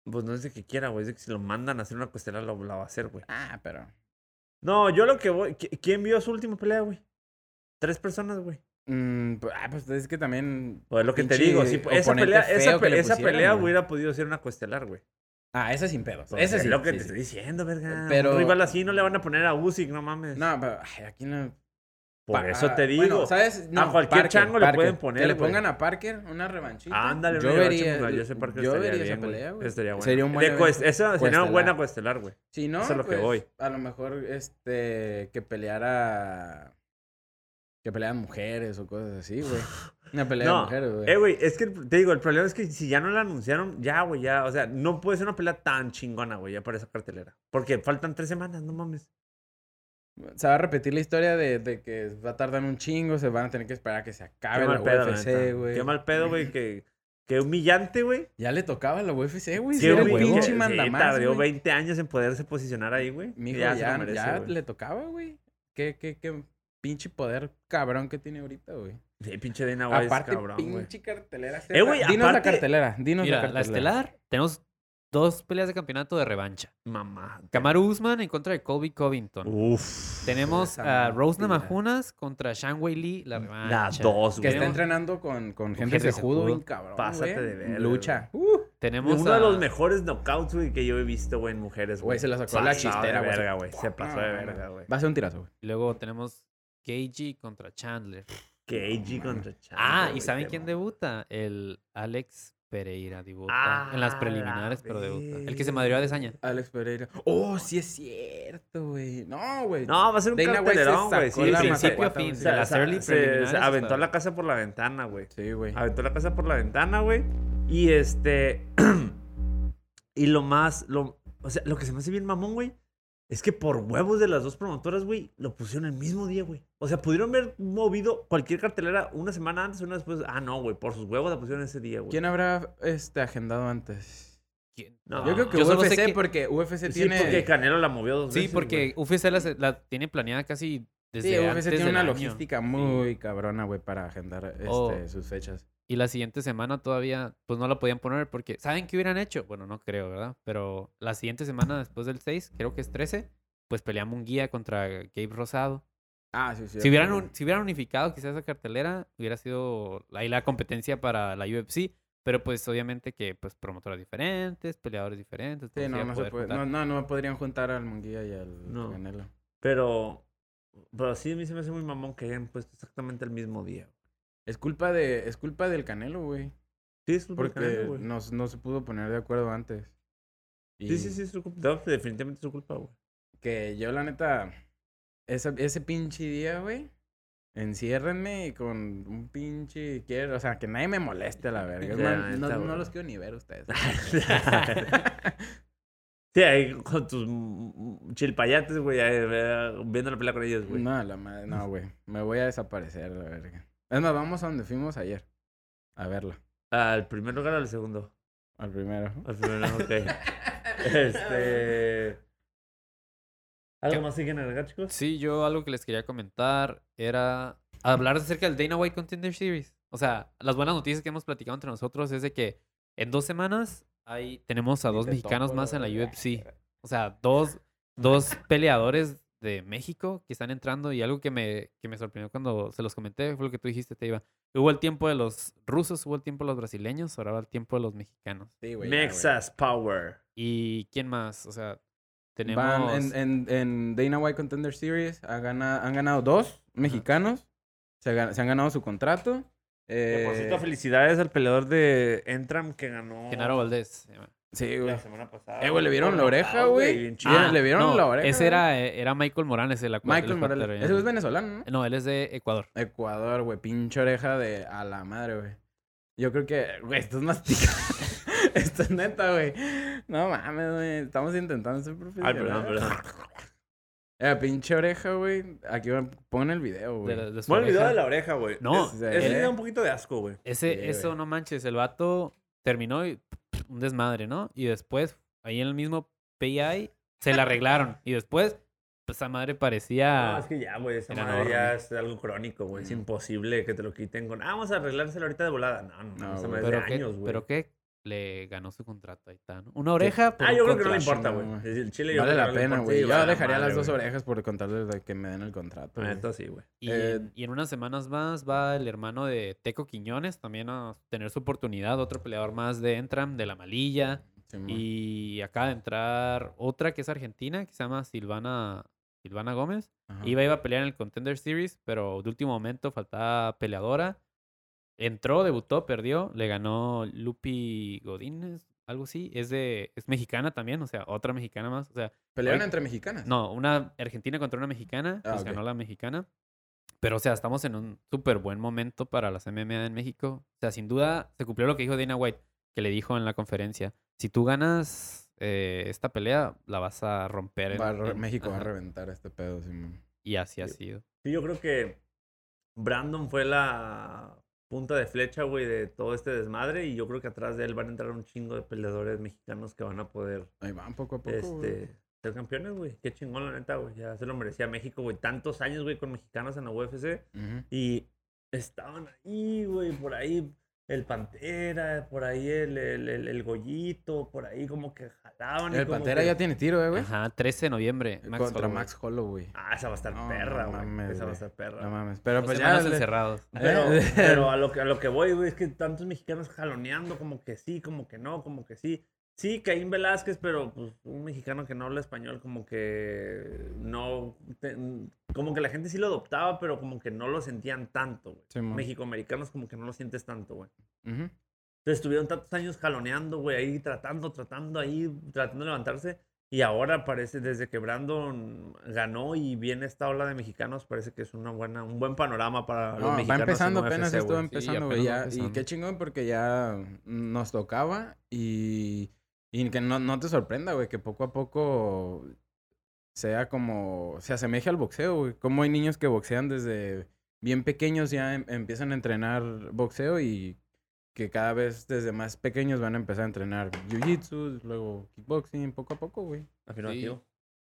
[SPEAKER 2] Pues no es de que quiera, güey. Es de que si lo mandan a hacer una cuestión, la va a hacer, güey.
[SPEAKER 3] Ah, pero.
[SPEAKER 2] No, yo lo que voy. ¿qui- ¿Quién vio su última pelea, güey? Tres personas, güey.
[SPEAKER 3] mm, pues, ah, pues es que también.
[SPEAKER 2] Pues lo que te
[SPEAKER 3] Pinche
[SPEAKER 2] digo, sí, pues, esa
[SPEAKER 3] oponente
[SPEAKER 2] pelea,
[SPEAKER 3] feo
[SPEAKER 2] esa,
[SPEAKER 3] que le
[SPEAKER 2] pe- esa
[SPEAKER 3] pusieron,
[SPEAKER 2] pelea
[SPEAKER 3] güey.
[SPEAKER 2] hubiera podido ser una cuestelar, güey.
[SPEAKER 3] Ah, esa sin pedos.
[SPEAKER 2] Pues,
[SPEAKER 3] Esa
[SPEAKER 2] es
[SPEAKER 3] sí.
[SPEAKER 2] lo que
[SPEAKER 3] sí,
[SPEAKER 2] te
[SPEAKER 3] sí.
[SPEAKER 2] estoy diciendo, verga.
[SPEAKER 3] Pero-
[SPEAKER 2] Un rival así no le van a poner a Usyk, no mames.
[SPEAKER 3] No, pero ay, aquí no.
[SPEAKER 2] Por
[SPEAKER 3] Pa-
[SPEAKER 2] eso te
[SPEAKER 3] ah,
[SPEAKER 2] digo.
[SPEAKER 3] Bueno, ¿sabes? No,
[SPEAKER 2] cualquier chango le pueden poner,
[SPEAKER 3] Que le
[SPEAKER 2] güey.
[SPEAKER 3] pongan a Parker una revanchita.
[SPEAKER 2] Ándale,
[SPEAKER 3] yo
[SPEAKER 2] una revancha
[SPEAKER 3] vería,
[SPEAKER 2] contra Joseph Parker
[SPEAKER 3] yo
[SPEAKER 2] estaría
[SPEAKER 3] vería esa
[SPEAKER 2] bien, güey.
[SPEAKER 3] pelea, güey.
[SPEAKER 2] Estaría bueno.
[SPEAKER 3] Sería un buen
[SPEAKER 2] De cuest-
[SPEAKER 3] evento.
[SPEAKER 2] Esa sería
[SPEAKER 3] Cuestelar.
[SPEAKER 2] una buena cuestelar, güey.
[SPEAKER 3] Si no,
[SPEAKER 2] Eso es lo que
[SPEAKER 3] pues,
[SPEAKER 2] voy.
[SPEAKER 3] a lo mejor este que peleara que pelearan mujeres o cosas así, güey. Una pelea de
[SPEAKER 2] No,
[SPEAKER 3] mujeres, güey.
[SPEAKER 2] eh, güey, es que el- te digo, el problema es que si ya no la anunciaron, ya, güey, ya, o sea, no puede ser una pelea tan chingona, güey, ya para esa cartelera. Porque faltan tres semanas, no mames.
[SPEAKER 3] Se va a repetir la historia de, de que va a tardar un chingo, se van a tener que esperar a que se acabe
[SPEAKER 2] Qué
[SPEAKER 3] la
[SPEAKER 2] mal pedo, la
[SPEAKER 3] UFC,
[SPEAKER 2] neta.
[SPEAKER 3] güey.
[SPEAKER 2] Qué mal pedo, güey, que, que humillante, güey.
[SPEAKER 3] Ya le tocaba a la UFC, güey.
[SPEAKER 2] Sí,
[SPEAKER 3] Sí, era un
[SPEAKER 2] güey,
[SPEAKER 3] pinche
[SPEAKER 2] sí,
[SPEAKER 3] mandamás,
[SPEAKER 2] Tardó
[SPEAKER 3] güey.
[SPEAKER 2] 20 años en poderse posicionar ahí, güey.
[SPEAKER 3] Mijo,
[SPEAKER 2] Ya,
[SPEAKER 3] ya,
[SPEAKER 2] se
[SPEAKER 3] ya,
[SPEAKER 2] lo merece, güey.
[SPEAKER 3] le tocaba, güey. Qué, qué, qué pinche poder cabrón que tiene ahorita, güey.
[SPEAKER 2] Sí, pinche Dana White es
[SPEAKER 3] Aparte,
[SPEAKER 2] cabrón, güey.
[SPEAKER 3] pinche cartelera.
[SPEAKER 2] Eh, güey,
[SPEAKER 3] dinos la
[SPEAKER 2] aparte-
[SPEAKER 3] cartelera, dinos
[SPEAKER 4] Mira, la
[SPEAKER 3] la cartelera.
[SPEAKER 4] estelar, tenemos dos peleas de campeonato de revancha.
[SPEAKER 2] Mamá.
[SPEAKER 4] Kamaru Usman en contra de Colby Covington.
[SPEAKER 2] Uf.
[SPEAKER 4] Tenemos
[SPEAKER 3] esa
[SPEAKER 4] a Rose
[SPEAKER 3] mentira.
[SPEAKER 4] Namajunas contra Shang Wei Lee, la
[SPEAKER 2] La
[SPEAKER 4] revancha.
[SPEAKER 2] dos,
[SPEAKER 3] Que
[SPEAKER 2] güey.
[SPEAKER 3] está entrenando con, con gente
[SPEAKER 4] gente
[SPEAKER 3] de judo,
[SPEAKER 4] secudo.
[SPEAKER 3] bien cabrón.
[SPEAKER 2] Pásate
[SPEAKER 3] güey.
[SPEAKER 2] de verga,
[SPEAKER 3] Lucha. Uh,
[SPEAKER 4] Tenemos
[SPEAKER 2] Uno de
[SPEAKER 4] a-
[SPEAKER 2] los mejores knockouts, güey, que yo he visto, güey, en mujeres, güey.
[SPEAKER 3] Güey, se la sacó
[SPEAKER 2] Pasó
[SPEAKER 3] la
[SPEAKER 2] de
[SPEAKER 3] chistera, güey.
[SPEAKER 2] verga, güey. Se pasó de
[SPEAKER 3] no, no.
[SPEAKER 2] verga, güey.
[SPEAKER 3] Va a ser un tirazo, güey.
[SPEAKER 4] Luego tenemos Keiji contra Chandler.
[SPEAKER 2] KG contra Chandler.
[SPEAKER 4] Ah, ¿y
[SPEAKER 2] güey,
[SPEAKER 4] saben
[SPEAKER 2] qué
[SPEAKER 4] quién
[SPEAKER 2] mo-
[SPEAKER 4] debuta? El Alex Pereira debuta.
[SPEAKER 2] Ah,
[SPEAKER 4] en las
[SPEAKER 2] la
[SPEAKER 4] preliminares, pero debuta. El que se madrió a Desaña.
[SPEAKER 3] Alex Pereira. Oh, sí es cierto, güey. No, güey.
[SPEAKER 2] No, va a ser un
[SPEAKER 3] Dana White se
[SPEAKER 2] cartelerón, güey.
[SPEAKER 3] sacó
[SPEAKER 2] Sí,
[SPEAKER 3] la
[SPEAKER 2] sí,
[SPEAKER 4] principio a
[SPEAKER 3] mazacuata,
[SPEAKER 4] fin.
[SPEAKER 3] güey.
[SPEAKER 2] Se,
[SPEAKER 4] de las
[SPEAKER 2] se-
[SPEAKER 4] early
[SPEAKER 2] se-
[SPEAKER 4] preliminares
[SPEAKER 2] se aventó
[SPEAKER 4] hasta-
[SPEAKER 2] la casa por la ventana, güey.
[SPEAKER 3] Sí, güey.
[SPEAKER 2] Aventó la casa por la ventana, güey. Y este. y lo más. Lo, o sea, lo que se me hace bien mamón, güey. Es que por huevos de las dos promotoras, güey, lo pusieron el mismo día, güey. O sea, pudieron haber movido cualquier cartelera una semana antes, una después. Ah, no, güey, por sus huevos la pusieron ese día, güey.
[SPEAKER 3] ¿Quién habrá este, agendado antes?
[SPEAKER 4] ¿Quién?
[SPEAKER 2] No.
[SPEAKER 3] Yo creo que
[SPEAKER 4] Yo solo
[SPEAKER 3] UFC,
[SPEAKER 4] sé que-
[SPEAKER 3] porque UFC
[SPEAKER 2] Sí,
[SPEAKER 3] tiene.
[SPEAKER 2] porque Canelo la movió dos
[SPEAKER 4] Sí,
[SPEAKER 2] veces.
[SPEAKER 4] porque
[SPEAKER 2] güey.
[SPEAKER 4] UFC la, la tiene planeada casi desde
[SPEAKER 3] Sí,
[SPEAKER 4] antes
[SPEAKER 3] UFC tiene
[SPEAKER 4] del
[SPEAKER 3] una
[SPEAKER 4] año.
[SPEAKER 3] logística muy cabrona, güey, para agendar este,
[SPEAKER 4] Oh.
[SPEAKER 3] sus fechas.
[SPEAKER 4] Y la siguiente semana todavía, pues no la podían poner porque, ¿saben qué hubieran hecho? Bueno, no creo, ¿verdad? Pero la siguiente semana después del 6, creo que es 13, pues peleamos un guía contra Gabe Rosado.
[SPEAKER 3] Ah, sí, sí.
[SPEAKER 4] Si hubieran, un- si hubieran unificado quizás esa cartelera, hubiera sido ahí la competencia para la UFC. Pero pues obviamente que pues promotoras diferentes, peleadores diferentes.
[SPEAKER 3] Sí,
[SPEAKER 4] entonces iba
[SPEAKER 3] no,
[SPEAKER 4] a
[SPEAKER 3] no se
[SPEAKER 4] poder
[SPEAKER 3] puede.
[SPEAKER 4] juntar.
[SPEAKER 3] No, no, no podrían juntar al Munguía y al
[SPEAKER 2] No.
[SPEAKER 3] Canelo.
[SPEAKER 2] Pero. Pero sí, a mí se me hace muy mamón que hayan puesto exactamente el mismo día.
[SPEAKER 3] Es culpa de, es culpa del Canelo, güey.
[SPEAKER 2] Sí, es culpa de
[SPEAKER 3] Porque
[SPEAKER 2] Canelo, güey.
[SPEAKER 3] no, no se pudo poner de acuerdo antes.
[SPEAKER 2] Sí,
[SPEAKER 3] Y
[SPEAKER 2] sí, sí, es su culpa. No, definitivamente es su culpa, güey.
[SPEAKER 3] Que yo, la neta, esa- ese pinche día, güey, enciérrenme y con un pinche... Quiero, o sea, que nadie me moleste, la verga. Es
[SPEAKER 2] Sí,
[SPEAKER 3] más,
[SPEAKER 2] la neta,
[SPEAKER 3] no, no
[SPEAKER 2] güey.
[SPEAKER 3] los quiero ni ver a ustedes.
[SPEAKER 2] Sí, ahí con tus mm, chilpayates, güey, ahí, eh, viendo la pelea con ellos, güey.
[SPEAKER 3] no, la madre, no, güey. Me voy a desaparecer, la verga. Es más, vamos a donde fuimos ayer. A verla.
[SPEAKER 2] ¿Al primer lugar o al segundo?
[SPEAKER 3] Al primero.
[SPEAKER 2] Al primer lugar, ok. este... ¿Algo más siguen agregar, chicos?
[SPEAKER 4] Sí, yo algo que les quería comentar era hablar acerca del Dana White Contender Series. O sea, las buenas noticias que hemos platicado entre nosotros es de que en dos semanas ahí tenemos a dos
[SPEAKER 3] te
[SPEAKER 4] mexicanos
[SPEAKER 3] topo, la
[SPEAKER 4] más en la
[SPEAKER 3] verga.
[SPEAKER 4] UFC. O sea, dos, dos peleadores de México que están entrando y algo que me, que me sorprendió cuando se los comenté fue lo que tú dijiste, Teiva. Hubo el tiempo de los rusos, hubo el tiempo de los brasileños, ahora va el tiempo de los mexicanos.
[SPEAKER 3] Sí, güey. ya, güey.
[SPEAKER 2] Nexas Power.
[SPEAKER 4] ¿Y quién más? O sea, tenemos...
[SPEAKER 3] Van en, en, en Dana White Contender Series ha gana- han ganado dos mexicanos. Se, gan- se han ganado su contrato.
[SPEAKER 2] Que, por
[SPEAKER 3] Eh,
[SPEAKER 2] cierto, felicidades al peleador de Entram que ganó
[SPEAKER 4] Genaro Valdés. se llama.
[SPEAKER 3] sí, güey.
[SPEAKER 2] la semana pasada.
[SPEAKER 3] Eh, güey, le vieron
[SPEAKER 2] Por
[SPEAKER 3] la oreja,
[SPEAKER 2] nocaut,
[SPEAKER 3] güey.
[SPEAKER 2] bien chido.
[SPEAKER 3] Ah, le vieron la oreja,
[SPEAKER 4] Ese
[SPEAKER 3] güey.
[SPEAKER 4] era, eh, era Michael Morales, el acu-
[SPEAKER 3] Michael
[SPEAKER 4] el
[SPEAKER 3] Morales.
[SPEAKER 4] ecuatoriano.
[SPEAKER 3] Ese güey es venezolano, ¿no?
[SPEAKER 4] No, él es de Ecuador.
[SPEAKER 3] Ecuador, güey. Pinche oreja de a la madre, güey. Yo creo que, güey, estás masticando. Esto es neta, güey. No mames, güey. Estamos intentando ser
[SPEAKER 2] Ay,
[SPEAKER 3] profesionales.
[SPEAKER 2] perdón, perdón.
[SPEAKER 3] Eh, pinche oreja, güey. Aquí va- pon el video,
[SPEAKER 4] De
[SPEAKER 3] güey.
[SPEAKER 4] la- de su
[SPEAKER 2] Me olvidó
[SPEAKER 4] oreja.
[SPEAKER 2] de la oreja, güey.
[SPEAKER 4] No,
[SPEAKER 3] Es-
[SPEAKER 2] Eso me
[SPEAKER 4] el-
[SPEAKER 2] da un poquito de asco, güey.
[SPEAKER 4] ese,
[SPEAKER 3] Sí,
[SPEAKER 4] eso
[SPEAKER 3] güey.
[SPEAKER 4] no manches. El vato terminó y un desmadre, ¿no? Y después, ahí en el mismo PI, se la arreglaron. Y después, pues esa madre
[SPEAKER 2] No, es
[SPEAKER 4] parecía.
[SPEAKER 2] que ya, güey, esa
[SPEAKER 4] Ah. Era
[SPEAKER 2] madre
[SPEAKER 4] enorme. Mm.
[SPEAKER 2] ya es algo crónico, güey. Es imposible que te lo quiten con. "Ah, vamos a arreglárselo ahorita de volada. No, no,
[SPEAKER 3] No,
[SPEAKER 2] no. Esa
[SPEAKER 3] güey.
[SPEAKER 2] madre es de
[SPEAKER 4] Pero que,
[SPEAKER 2] años, güey.
[SPEAKER 4] pero que le ganó su contrato. Ahí está, ¿no? Una oreja. por
[SPEAKER 2] Ah,
[SPEAKER 4] un
[SPEAKER 2] yo creo que no le
[SPEAKER 4] contrato.
[SPEAKER 2] importa,
[SPEAKER 3] no,
[SPEAKER 2] güey.
[SPEAKER 3] güey.
[SPEAKER 2] Es el chile yo
[SPEAKER 3] Vale
[SPEAKER 2] creo que
[SPEAKER 3] la
[SPEAKER 2] no le
[SPEAKER 3] pena,
[SPEAKER 2] importa,
[SPEAKER 3] güey.
[SPEAKER 2] digo,
[SPEAKER 3] Yo
[SPEAKER 2] "Ah, la
[SPEAKER 3] dejaría las
[SPEAKER 2] madre,
[SPEAKER 3] dos
[SPEAKER 2] güey".
[SPEAKER 3] orejas pues. por contarles de que me den el contrato.
[SPEAKER 2] La
[SPEAKER 3] güey.
[SPEAKER 2] neta, sí, güey.
[SPEAKER 4] Y,
[SPEAKER 3] Eh,
[SPEAKER 4] en- y en unas semanas más va el hermano de Teco Quiñones también a tener su oportunidad, otro peleador más de Entram, de la Malilla.
[SPEAKER 3] Simón.
[SPEAKER 4] Y acaba de entrar otra que es argentina, que se llama Silvana, Silvana Gómez.
[SPEAKER 3] Ajá.
[SPEAKER 4] Iba, iba a pelear en el Contender Series, pero de último momento faltaba peleadora. Entró, debutó, perdió, le ganó Lupi Godínez, algo así. Es de, es mexicana también, o sea, otra mexicana más. O sea,
[SPEAKER 3] ¿Pelearon
[SPEAKER 4] Oye,
[SPEAKER 3] entre mexicanas?
[SPEAKER 4] no, una argentina contra una mexicana,
[SPEAKER 3] Ah,
[SPEAKER 4] pues
[SPEAKER 3] ok.
[SPEAKER 4] ganó la mexicana. Pero, o sea, estamos en un súper buen momento para las MMA en México. O sea, sin duda, se cumplió lo que dijo Dana White, que le dijo en la conferencia. Si tú ganas eh, esta pelea, la vas a romper. en-
[SPEAKER 3] Va a re-
[SPEAKER 4] en-
[SPEAKER 3] México va a
[SPEAKER 4] ajá.
[SPEAKER 3] reventar este pedo, Simón.
[SPEAKER 4] Y así ha sido.
[SPEAKER 2] Sí, yo creo que Brandon fue la punta de flecha, güey, de todo este desmadre. Y yo creo que atrás de él van a entrar un chingo de peleadores mexicanos que van a poder
[SPEAKER 3] Ahí van poco a poco. güey.
[SPEAKER 2] este, ser campeones, güey. Qué chingón, la neta, güey. Ya se lo merecía México, güey. Tantos años, güey, con mexicanos en la UFC.
[SPEAKER 3] Ujú.
[SPEAKER 2] Y estaban ahí, güey, por ahí el Pantera, por ahí el, el, el- el Goyito, por ahí como que jalaban. y
[SPEAKER 3] El
[SPEAKER 2] como
[SPEAKER 3] Pantera
[SPEAKER 2] que-
[SPEAKER 3] ya tiene tiro, eh, güey.
[SPEAKER 4] Ajá, 13 de noviembre. Max
[SPEAKER 3] Contra
[SPEAKER 4] Holloway.
[SPEAKER 3] Max Holloway.
[SPEAKER 2] Ah, esa va a estar
[SPEAKER 3] No,
[SPEAKER 2] perra,
[SPEAKER 3] no
[SPEAKER 2] güey.
[SPEAKER 3] mames,
[SPEAKER 2] esa va a
[SPEAKER 3] güey.
[SPEAKER 2] estar perra.
[SPEAKER 3] No mames. Pero
[SPEAKER 4] Dos
[SPEAKER 3] pues ya.
[SPEAKER 4] semanas
[SPEAKER 3] le-
[SPEAKER 4] encerrados.
[SPEAKER 2] Pero,
[SPEAKER 3] Eh.
[SPEAKER 2] pero a, lo que, a lo que voy, güey, es que tantos mexicanos jaloneando, como que sí, como que no, como que sí. Sí, Caín Velázquez, pero pues un mexicano que no habla español, como que no. te- como que la gente sí lo adoptaba, pero como que no lo sentían tanto, güey.
[SPEAKER 3] Simón.
[SPEAKER 2] Mexicoamericanos, como que no lo sientes tanto, güey.
[SPEAKER 3] Ujú.
[SPEAKER 2] Entonces estuvieron tantos años jaloneando, güey, ahí tratando, tratando, ahí tratando de levantarse. Y ahora parece, desde que Brandon ganó y viene esta ola de mexicanos, parece que es una buena, un buen panorama para los
[SPEAKER 3] No,
[SPEAKER 2] mexicanos.
[SPEAKER 3] va
[SPEAKER 2] en
[SPEAKER 3] empezando apenas,
[SPEAKER 2] UFC,
[SPEAKER 3] esto va
[SPEAKER 2] güey.
[SPEAKER 4] Sí,
[SPEAKER 3] empezando, güey.
[SPEAKER 4] apenas va
[SPEAKER 3] ya. Y
[SPEAKER 4] empezando.
[SPEAKER 3] qué chingón porque ya nos tocaba y, y que no, no te sorprenda, güey, que poco a poco sea como, se asemeje al boxeo, güey. Como hay niños que boxean desde bien pequeños, ya em- empiezan a entrenar boxeo y que cada vez desde más pequeños van a empezar a entrenar jiu-jitsu, luego kickboxing, poco a poco, güey.
[SPEAKER 2] Afirmativo.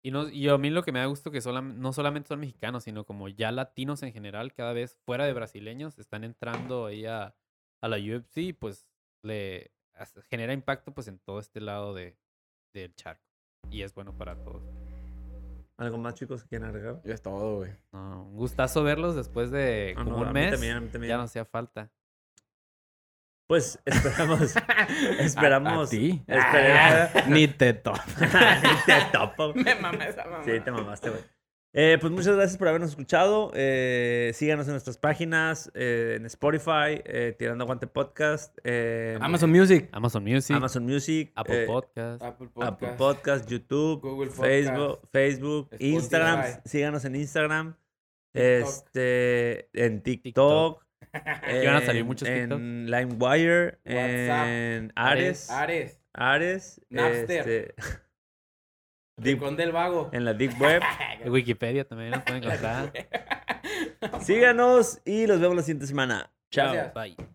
[SPEAKER 4] Y, no, y a mí lo que me da gusto que solam- no solamente son mexicanos, sino como ya latinos en general, cada vez fuera de brasileños, están entrando ahí a, a la UFC y pues le hace- genera impacto pues en todo este lado de, del charco. Y es bueno para todos.
[SPEAKER 2] ¿Algo más, chicos, que quieran agregar?
[SPEAKER 3] Ya es todo, güey.
[SPEAKER 4] No, un gustazo verlos después de
[SPEAKER 2] Ah,
[SPEAKER 4] como
[SPEAKER 2] no, a mí
[SPEAKER 4] un mes.
[SPEAKER 2] también, a mí también.
[SPEAKER 4] Ya no hacía falta.
[SPEAKER 2] Pues esperamos. esperamos.
[SPEAKER 3] A, a ti.
[SPEAKER 2] espere-
[SPEAKER 3] Ni te to-
[SPEAKER 2] te topo. Me Sí, te mamaste, güey. Eh, pues muchas gracias por habernos escuchado. Eh, síganos en nuestras páginas, eh, en Spotify, eh, Tirando Aguante Podcast, eh, en
[SPEAKER 3] Amazon Music.
[SPEAKER 4] Amazon Music,
[SPEAKER 2] Amazon Music,
[SPEAKER 4] Apple
[SPEAKER 2] eh,
[SPEAKER 4] Podcast.
[SPEAKER 2] Apple Podcast, YouTube,
[SPEAKER 3] Google
[SPEAKER 2] Facebook, Facebook
[SPEAKER 3] Spotify.
[SPEAKER 2] Instagram. Síganos en Instagram, este, en TikTok.
[SPEAKER 4] TikTok. Que van a salir muchos TikTok.
[SPEAKER 2] En LimeWire,
[SPEAKER 3] WhatsApp,
[SPEAKER 2] en Ares.
[SPEAKER 3] Ares.
[SPEAKER 2] Ares,
[SPEAKER 3] Napster.
[SPEAKER 2] este, Deep-
[SPEAKER 3] del Vago.
[SPEAKER 2] en la Deep Web.
[SPEAKER 4] En Wikipedia también nos pueden encontrar.
[SPEAKER 2] Síganos y los vemos la siguiente semana. Chao.
[SPEAKER 3] Gracias.
[SPEAKER 4] Bye.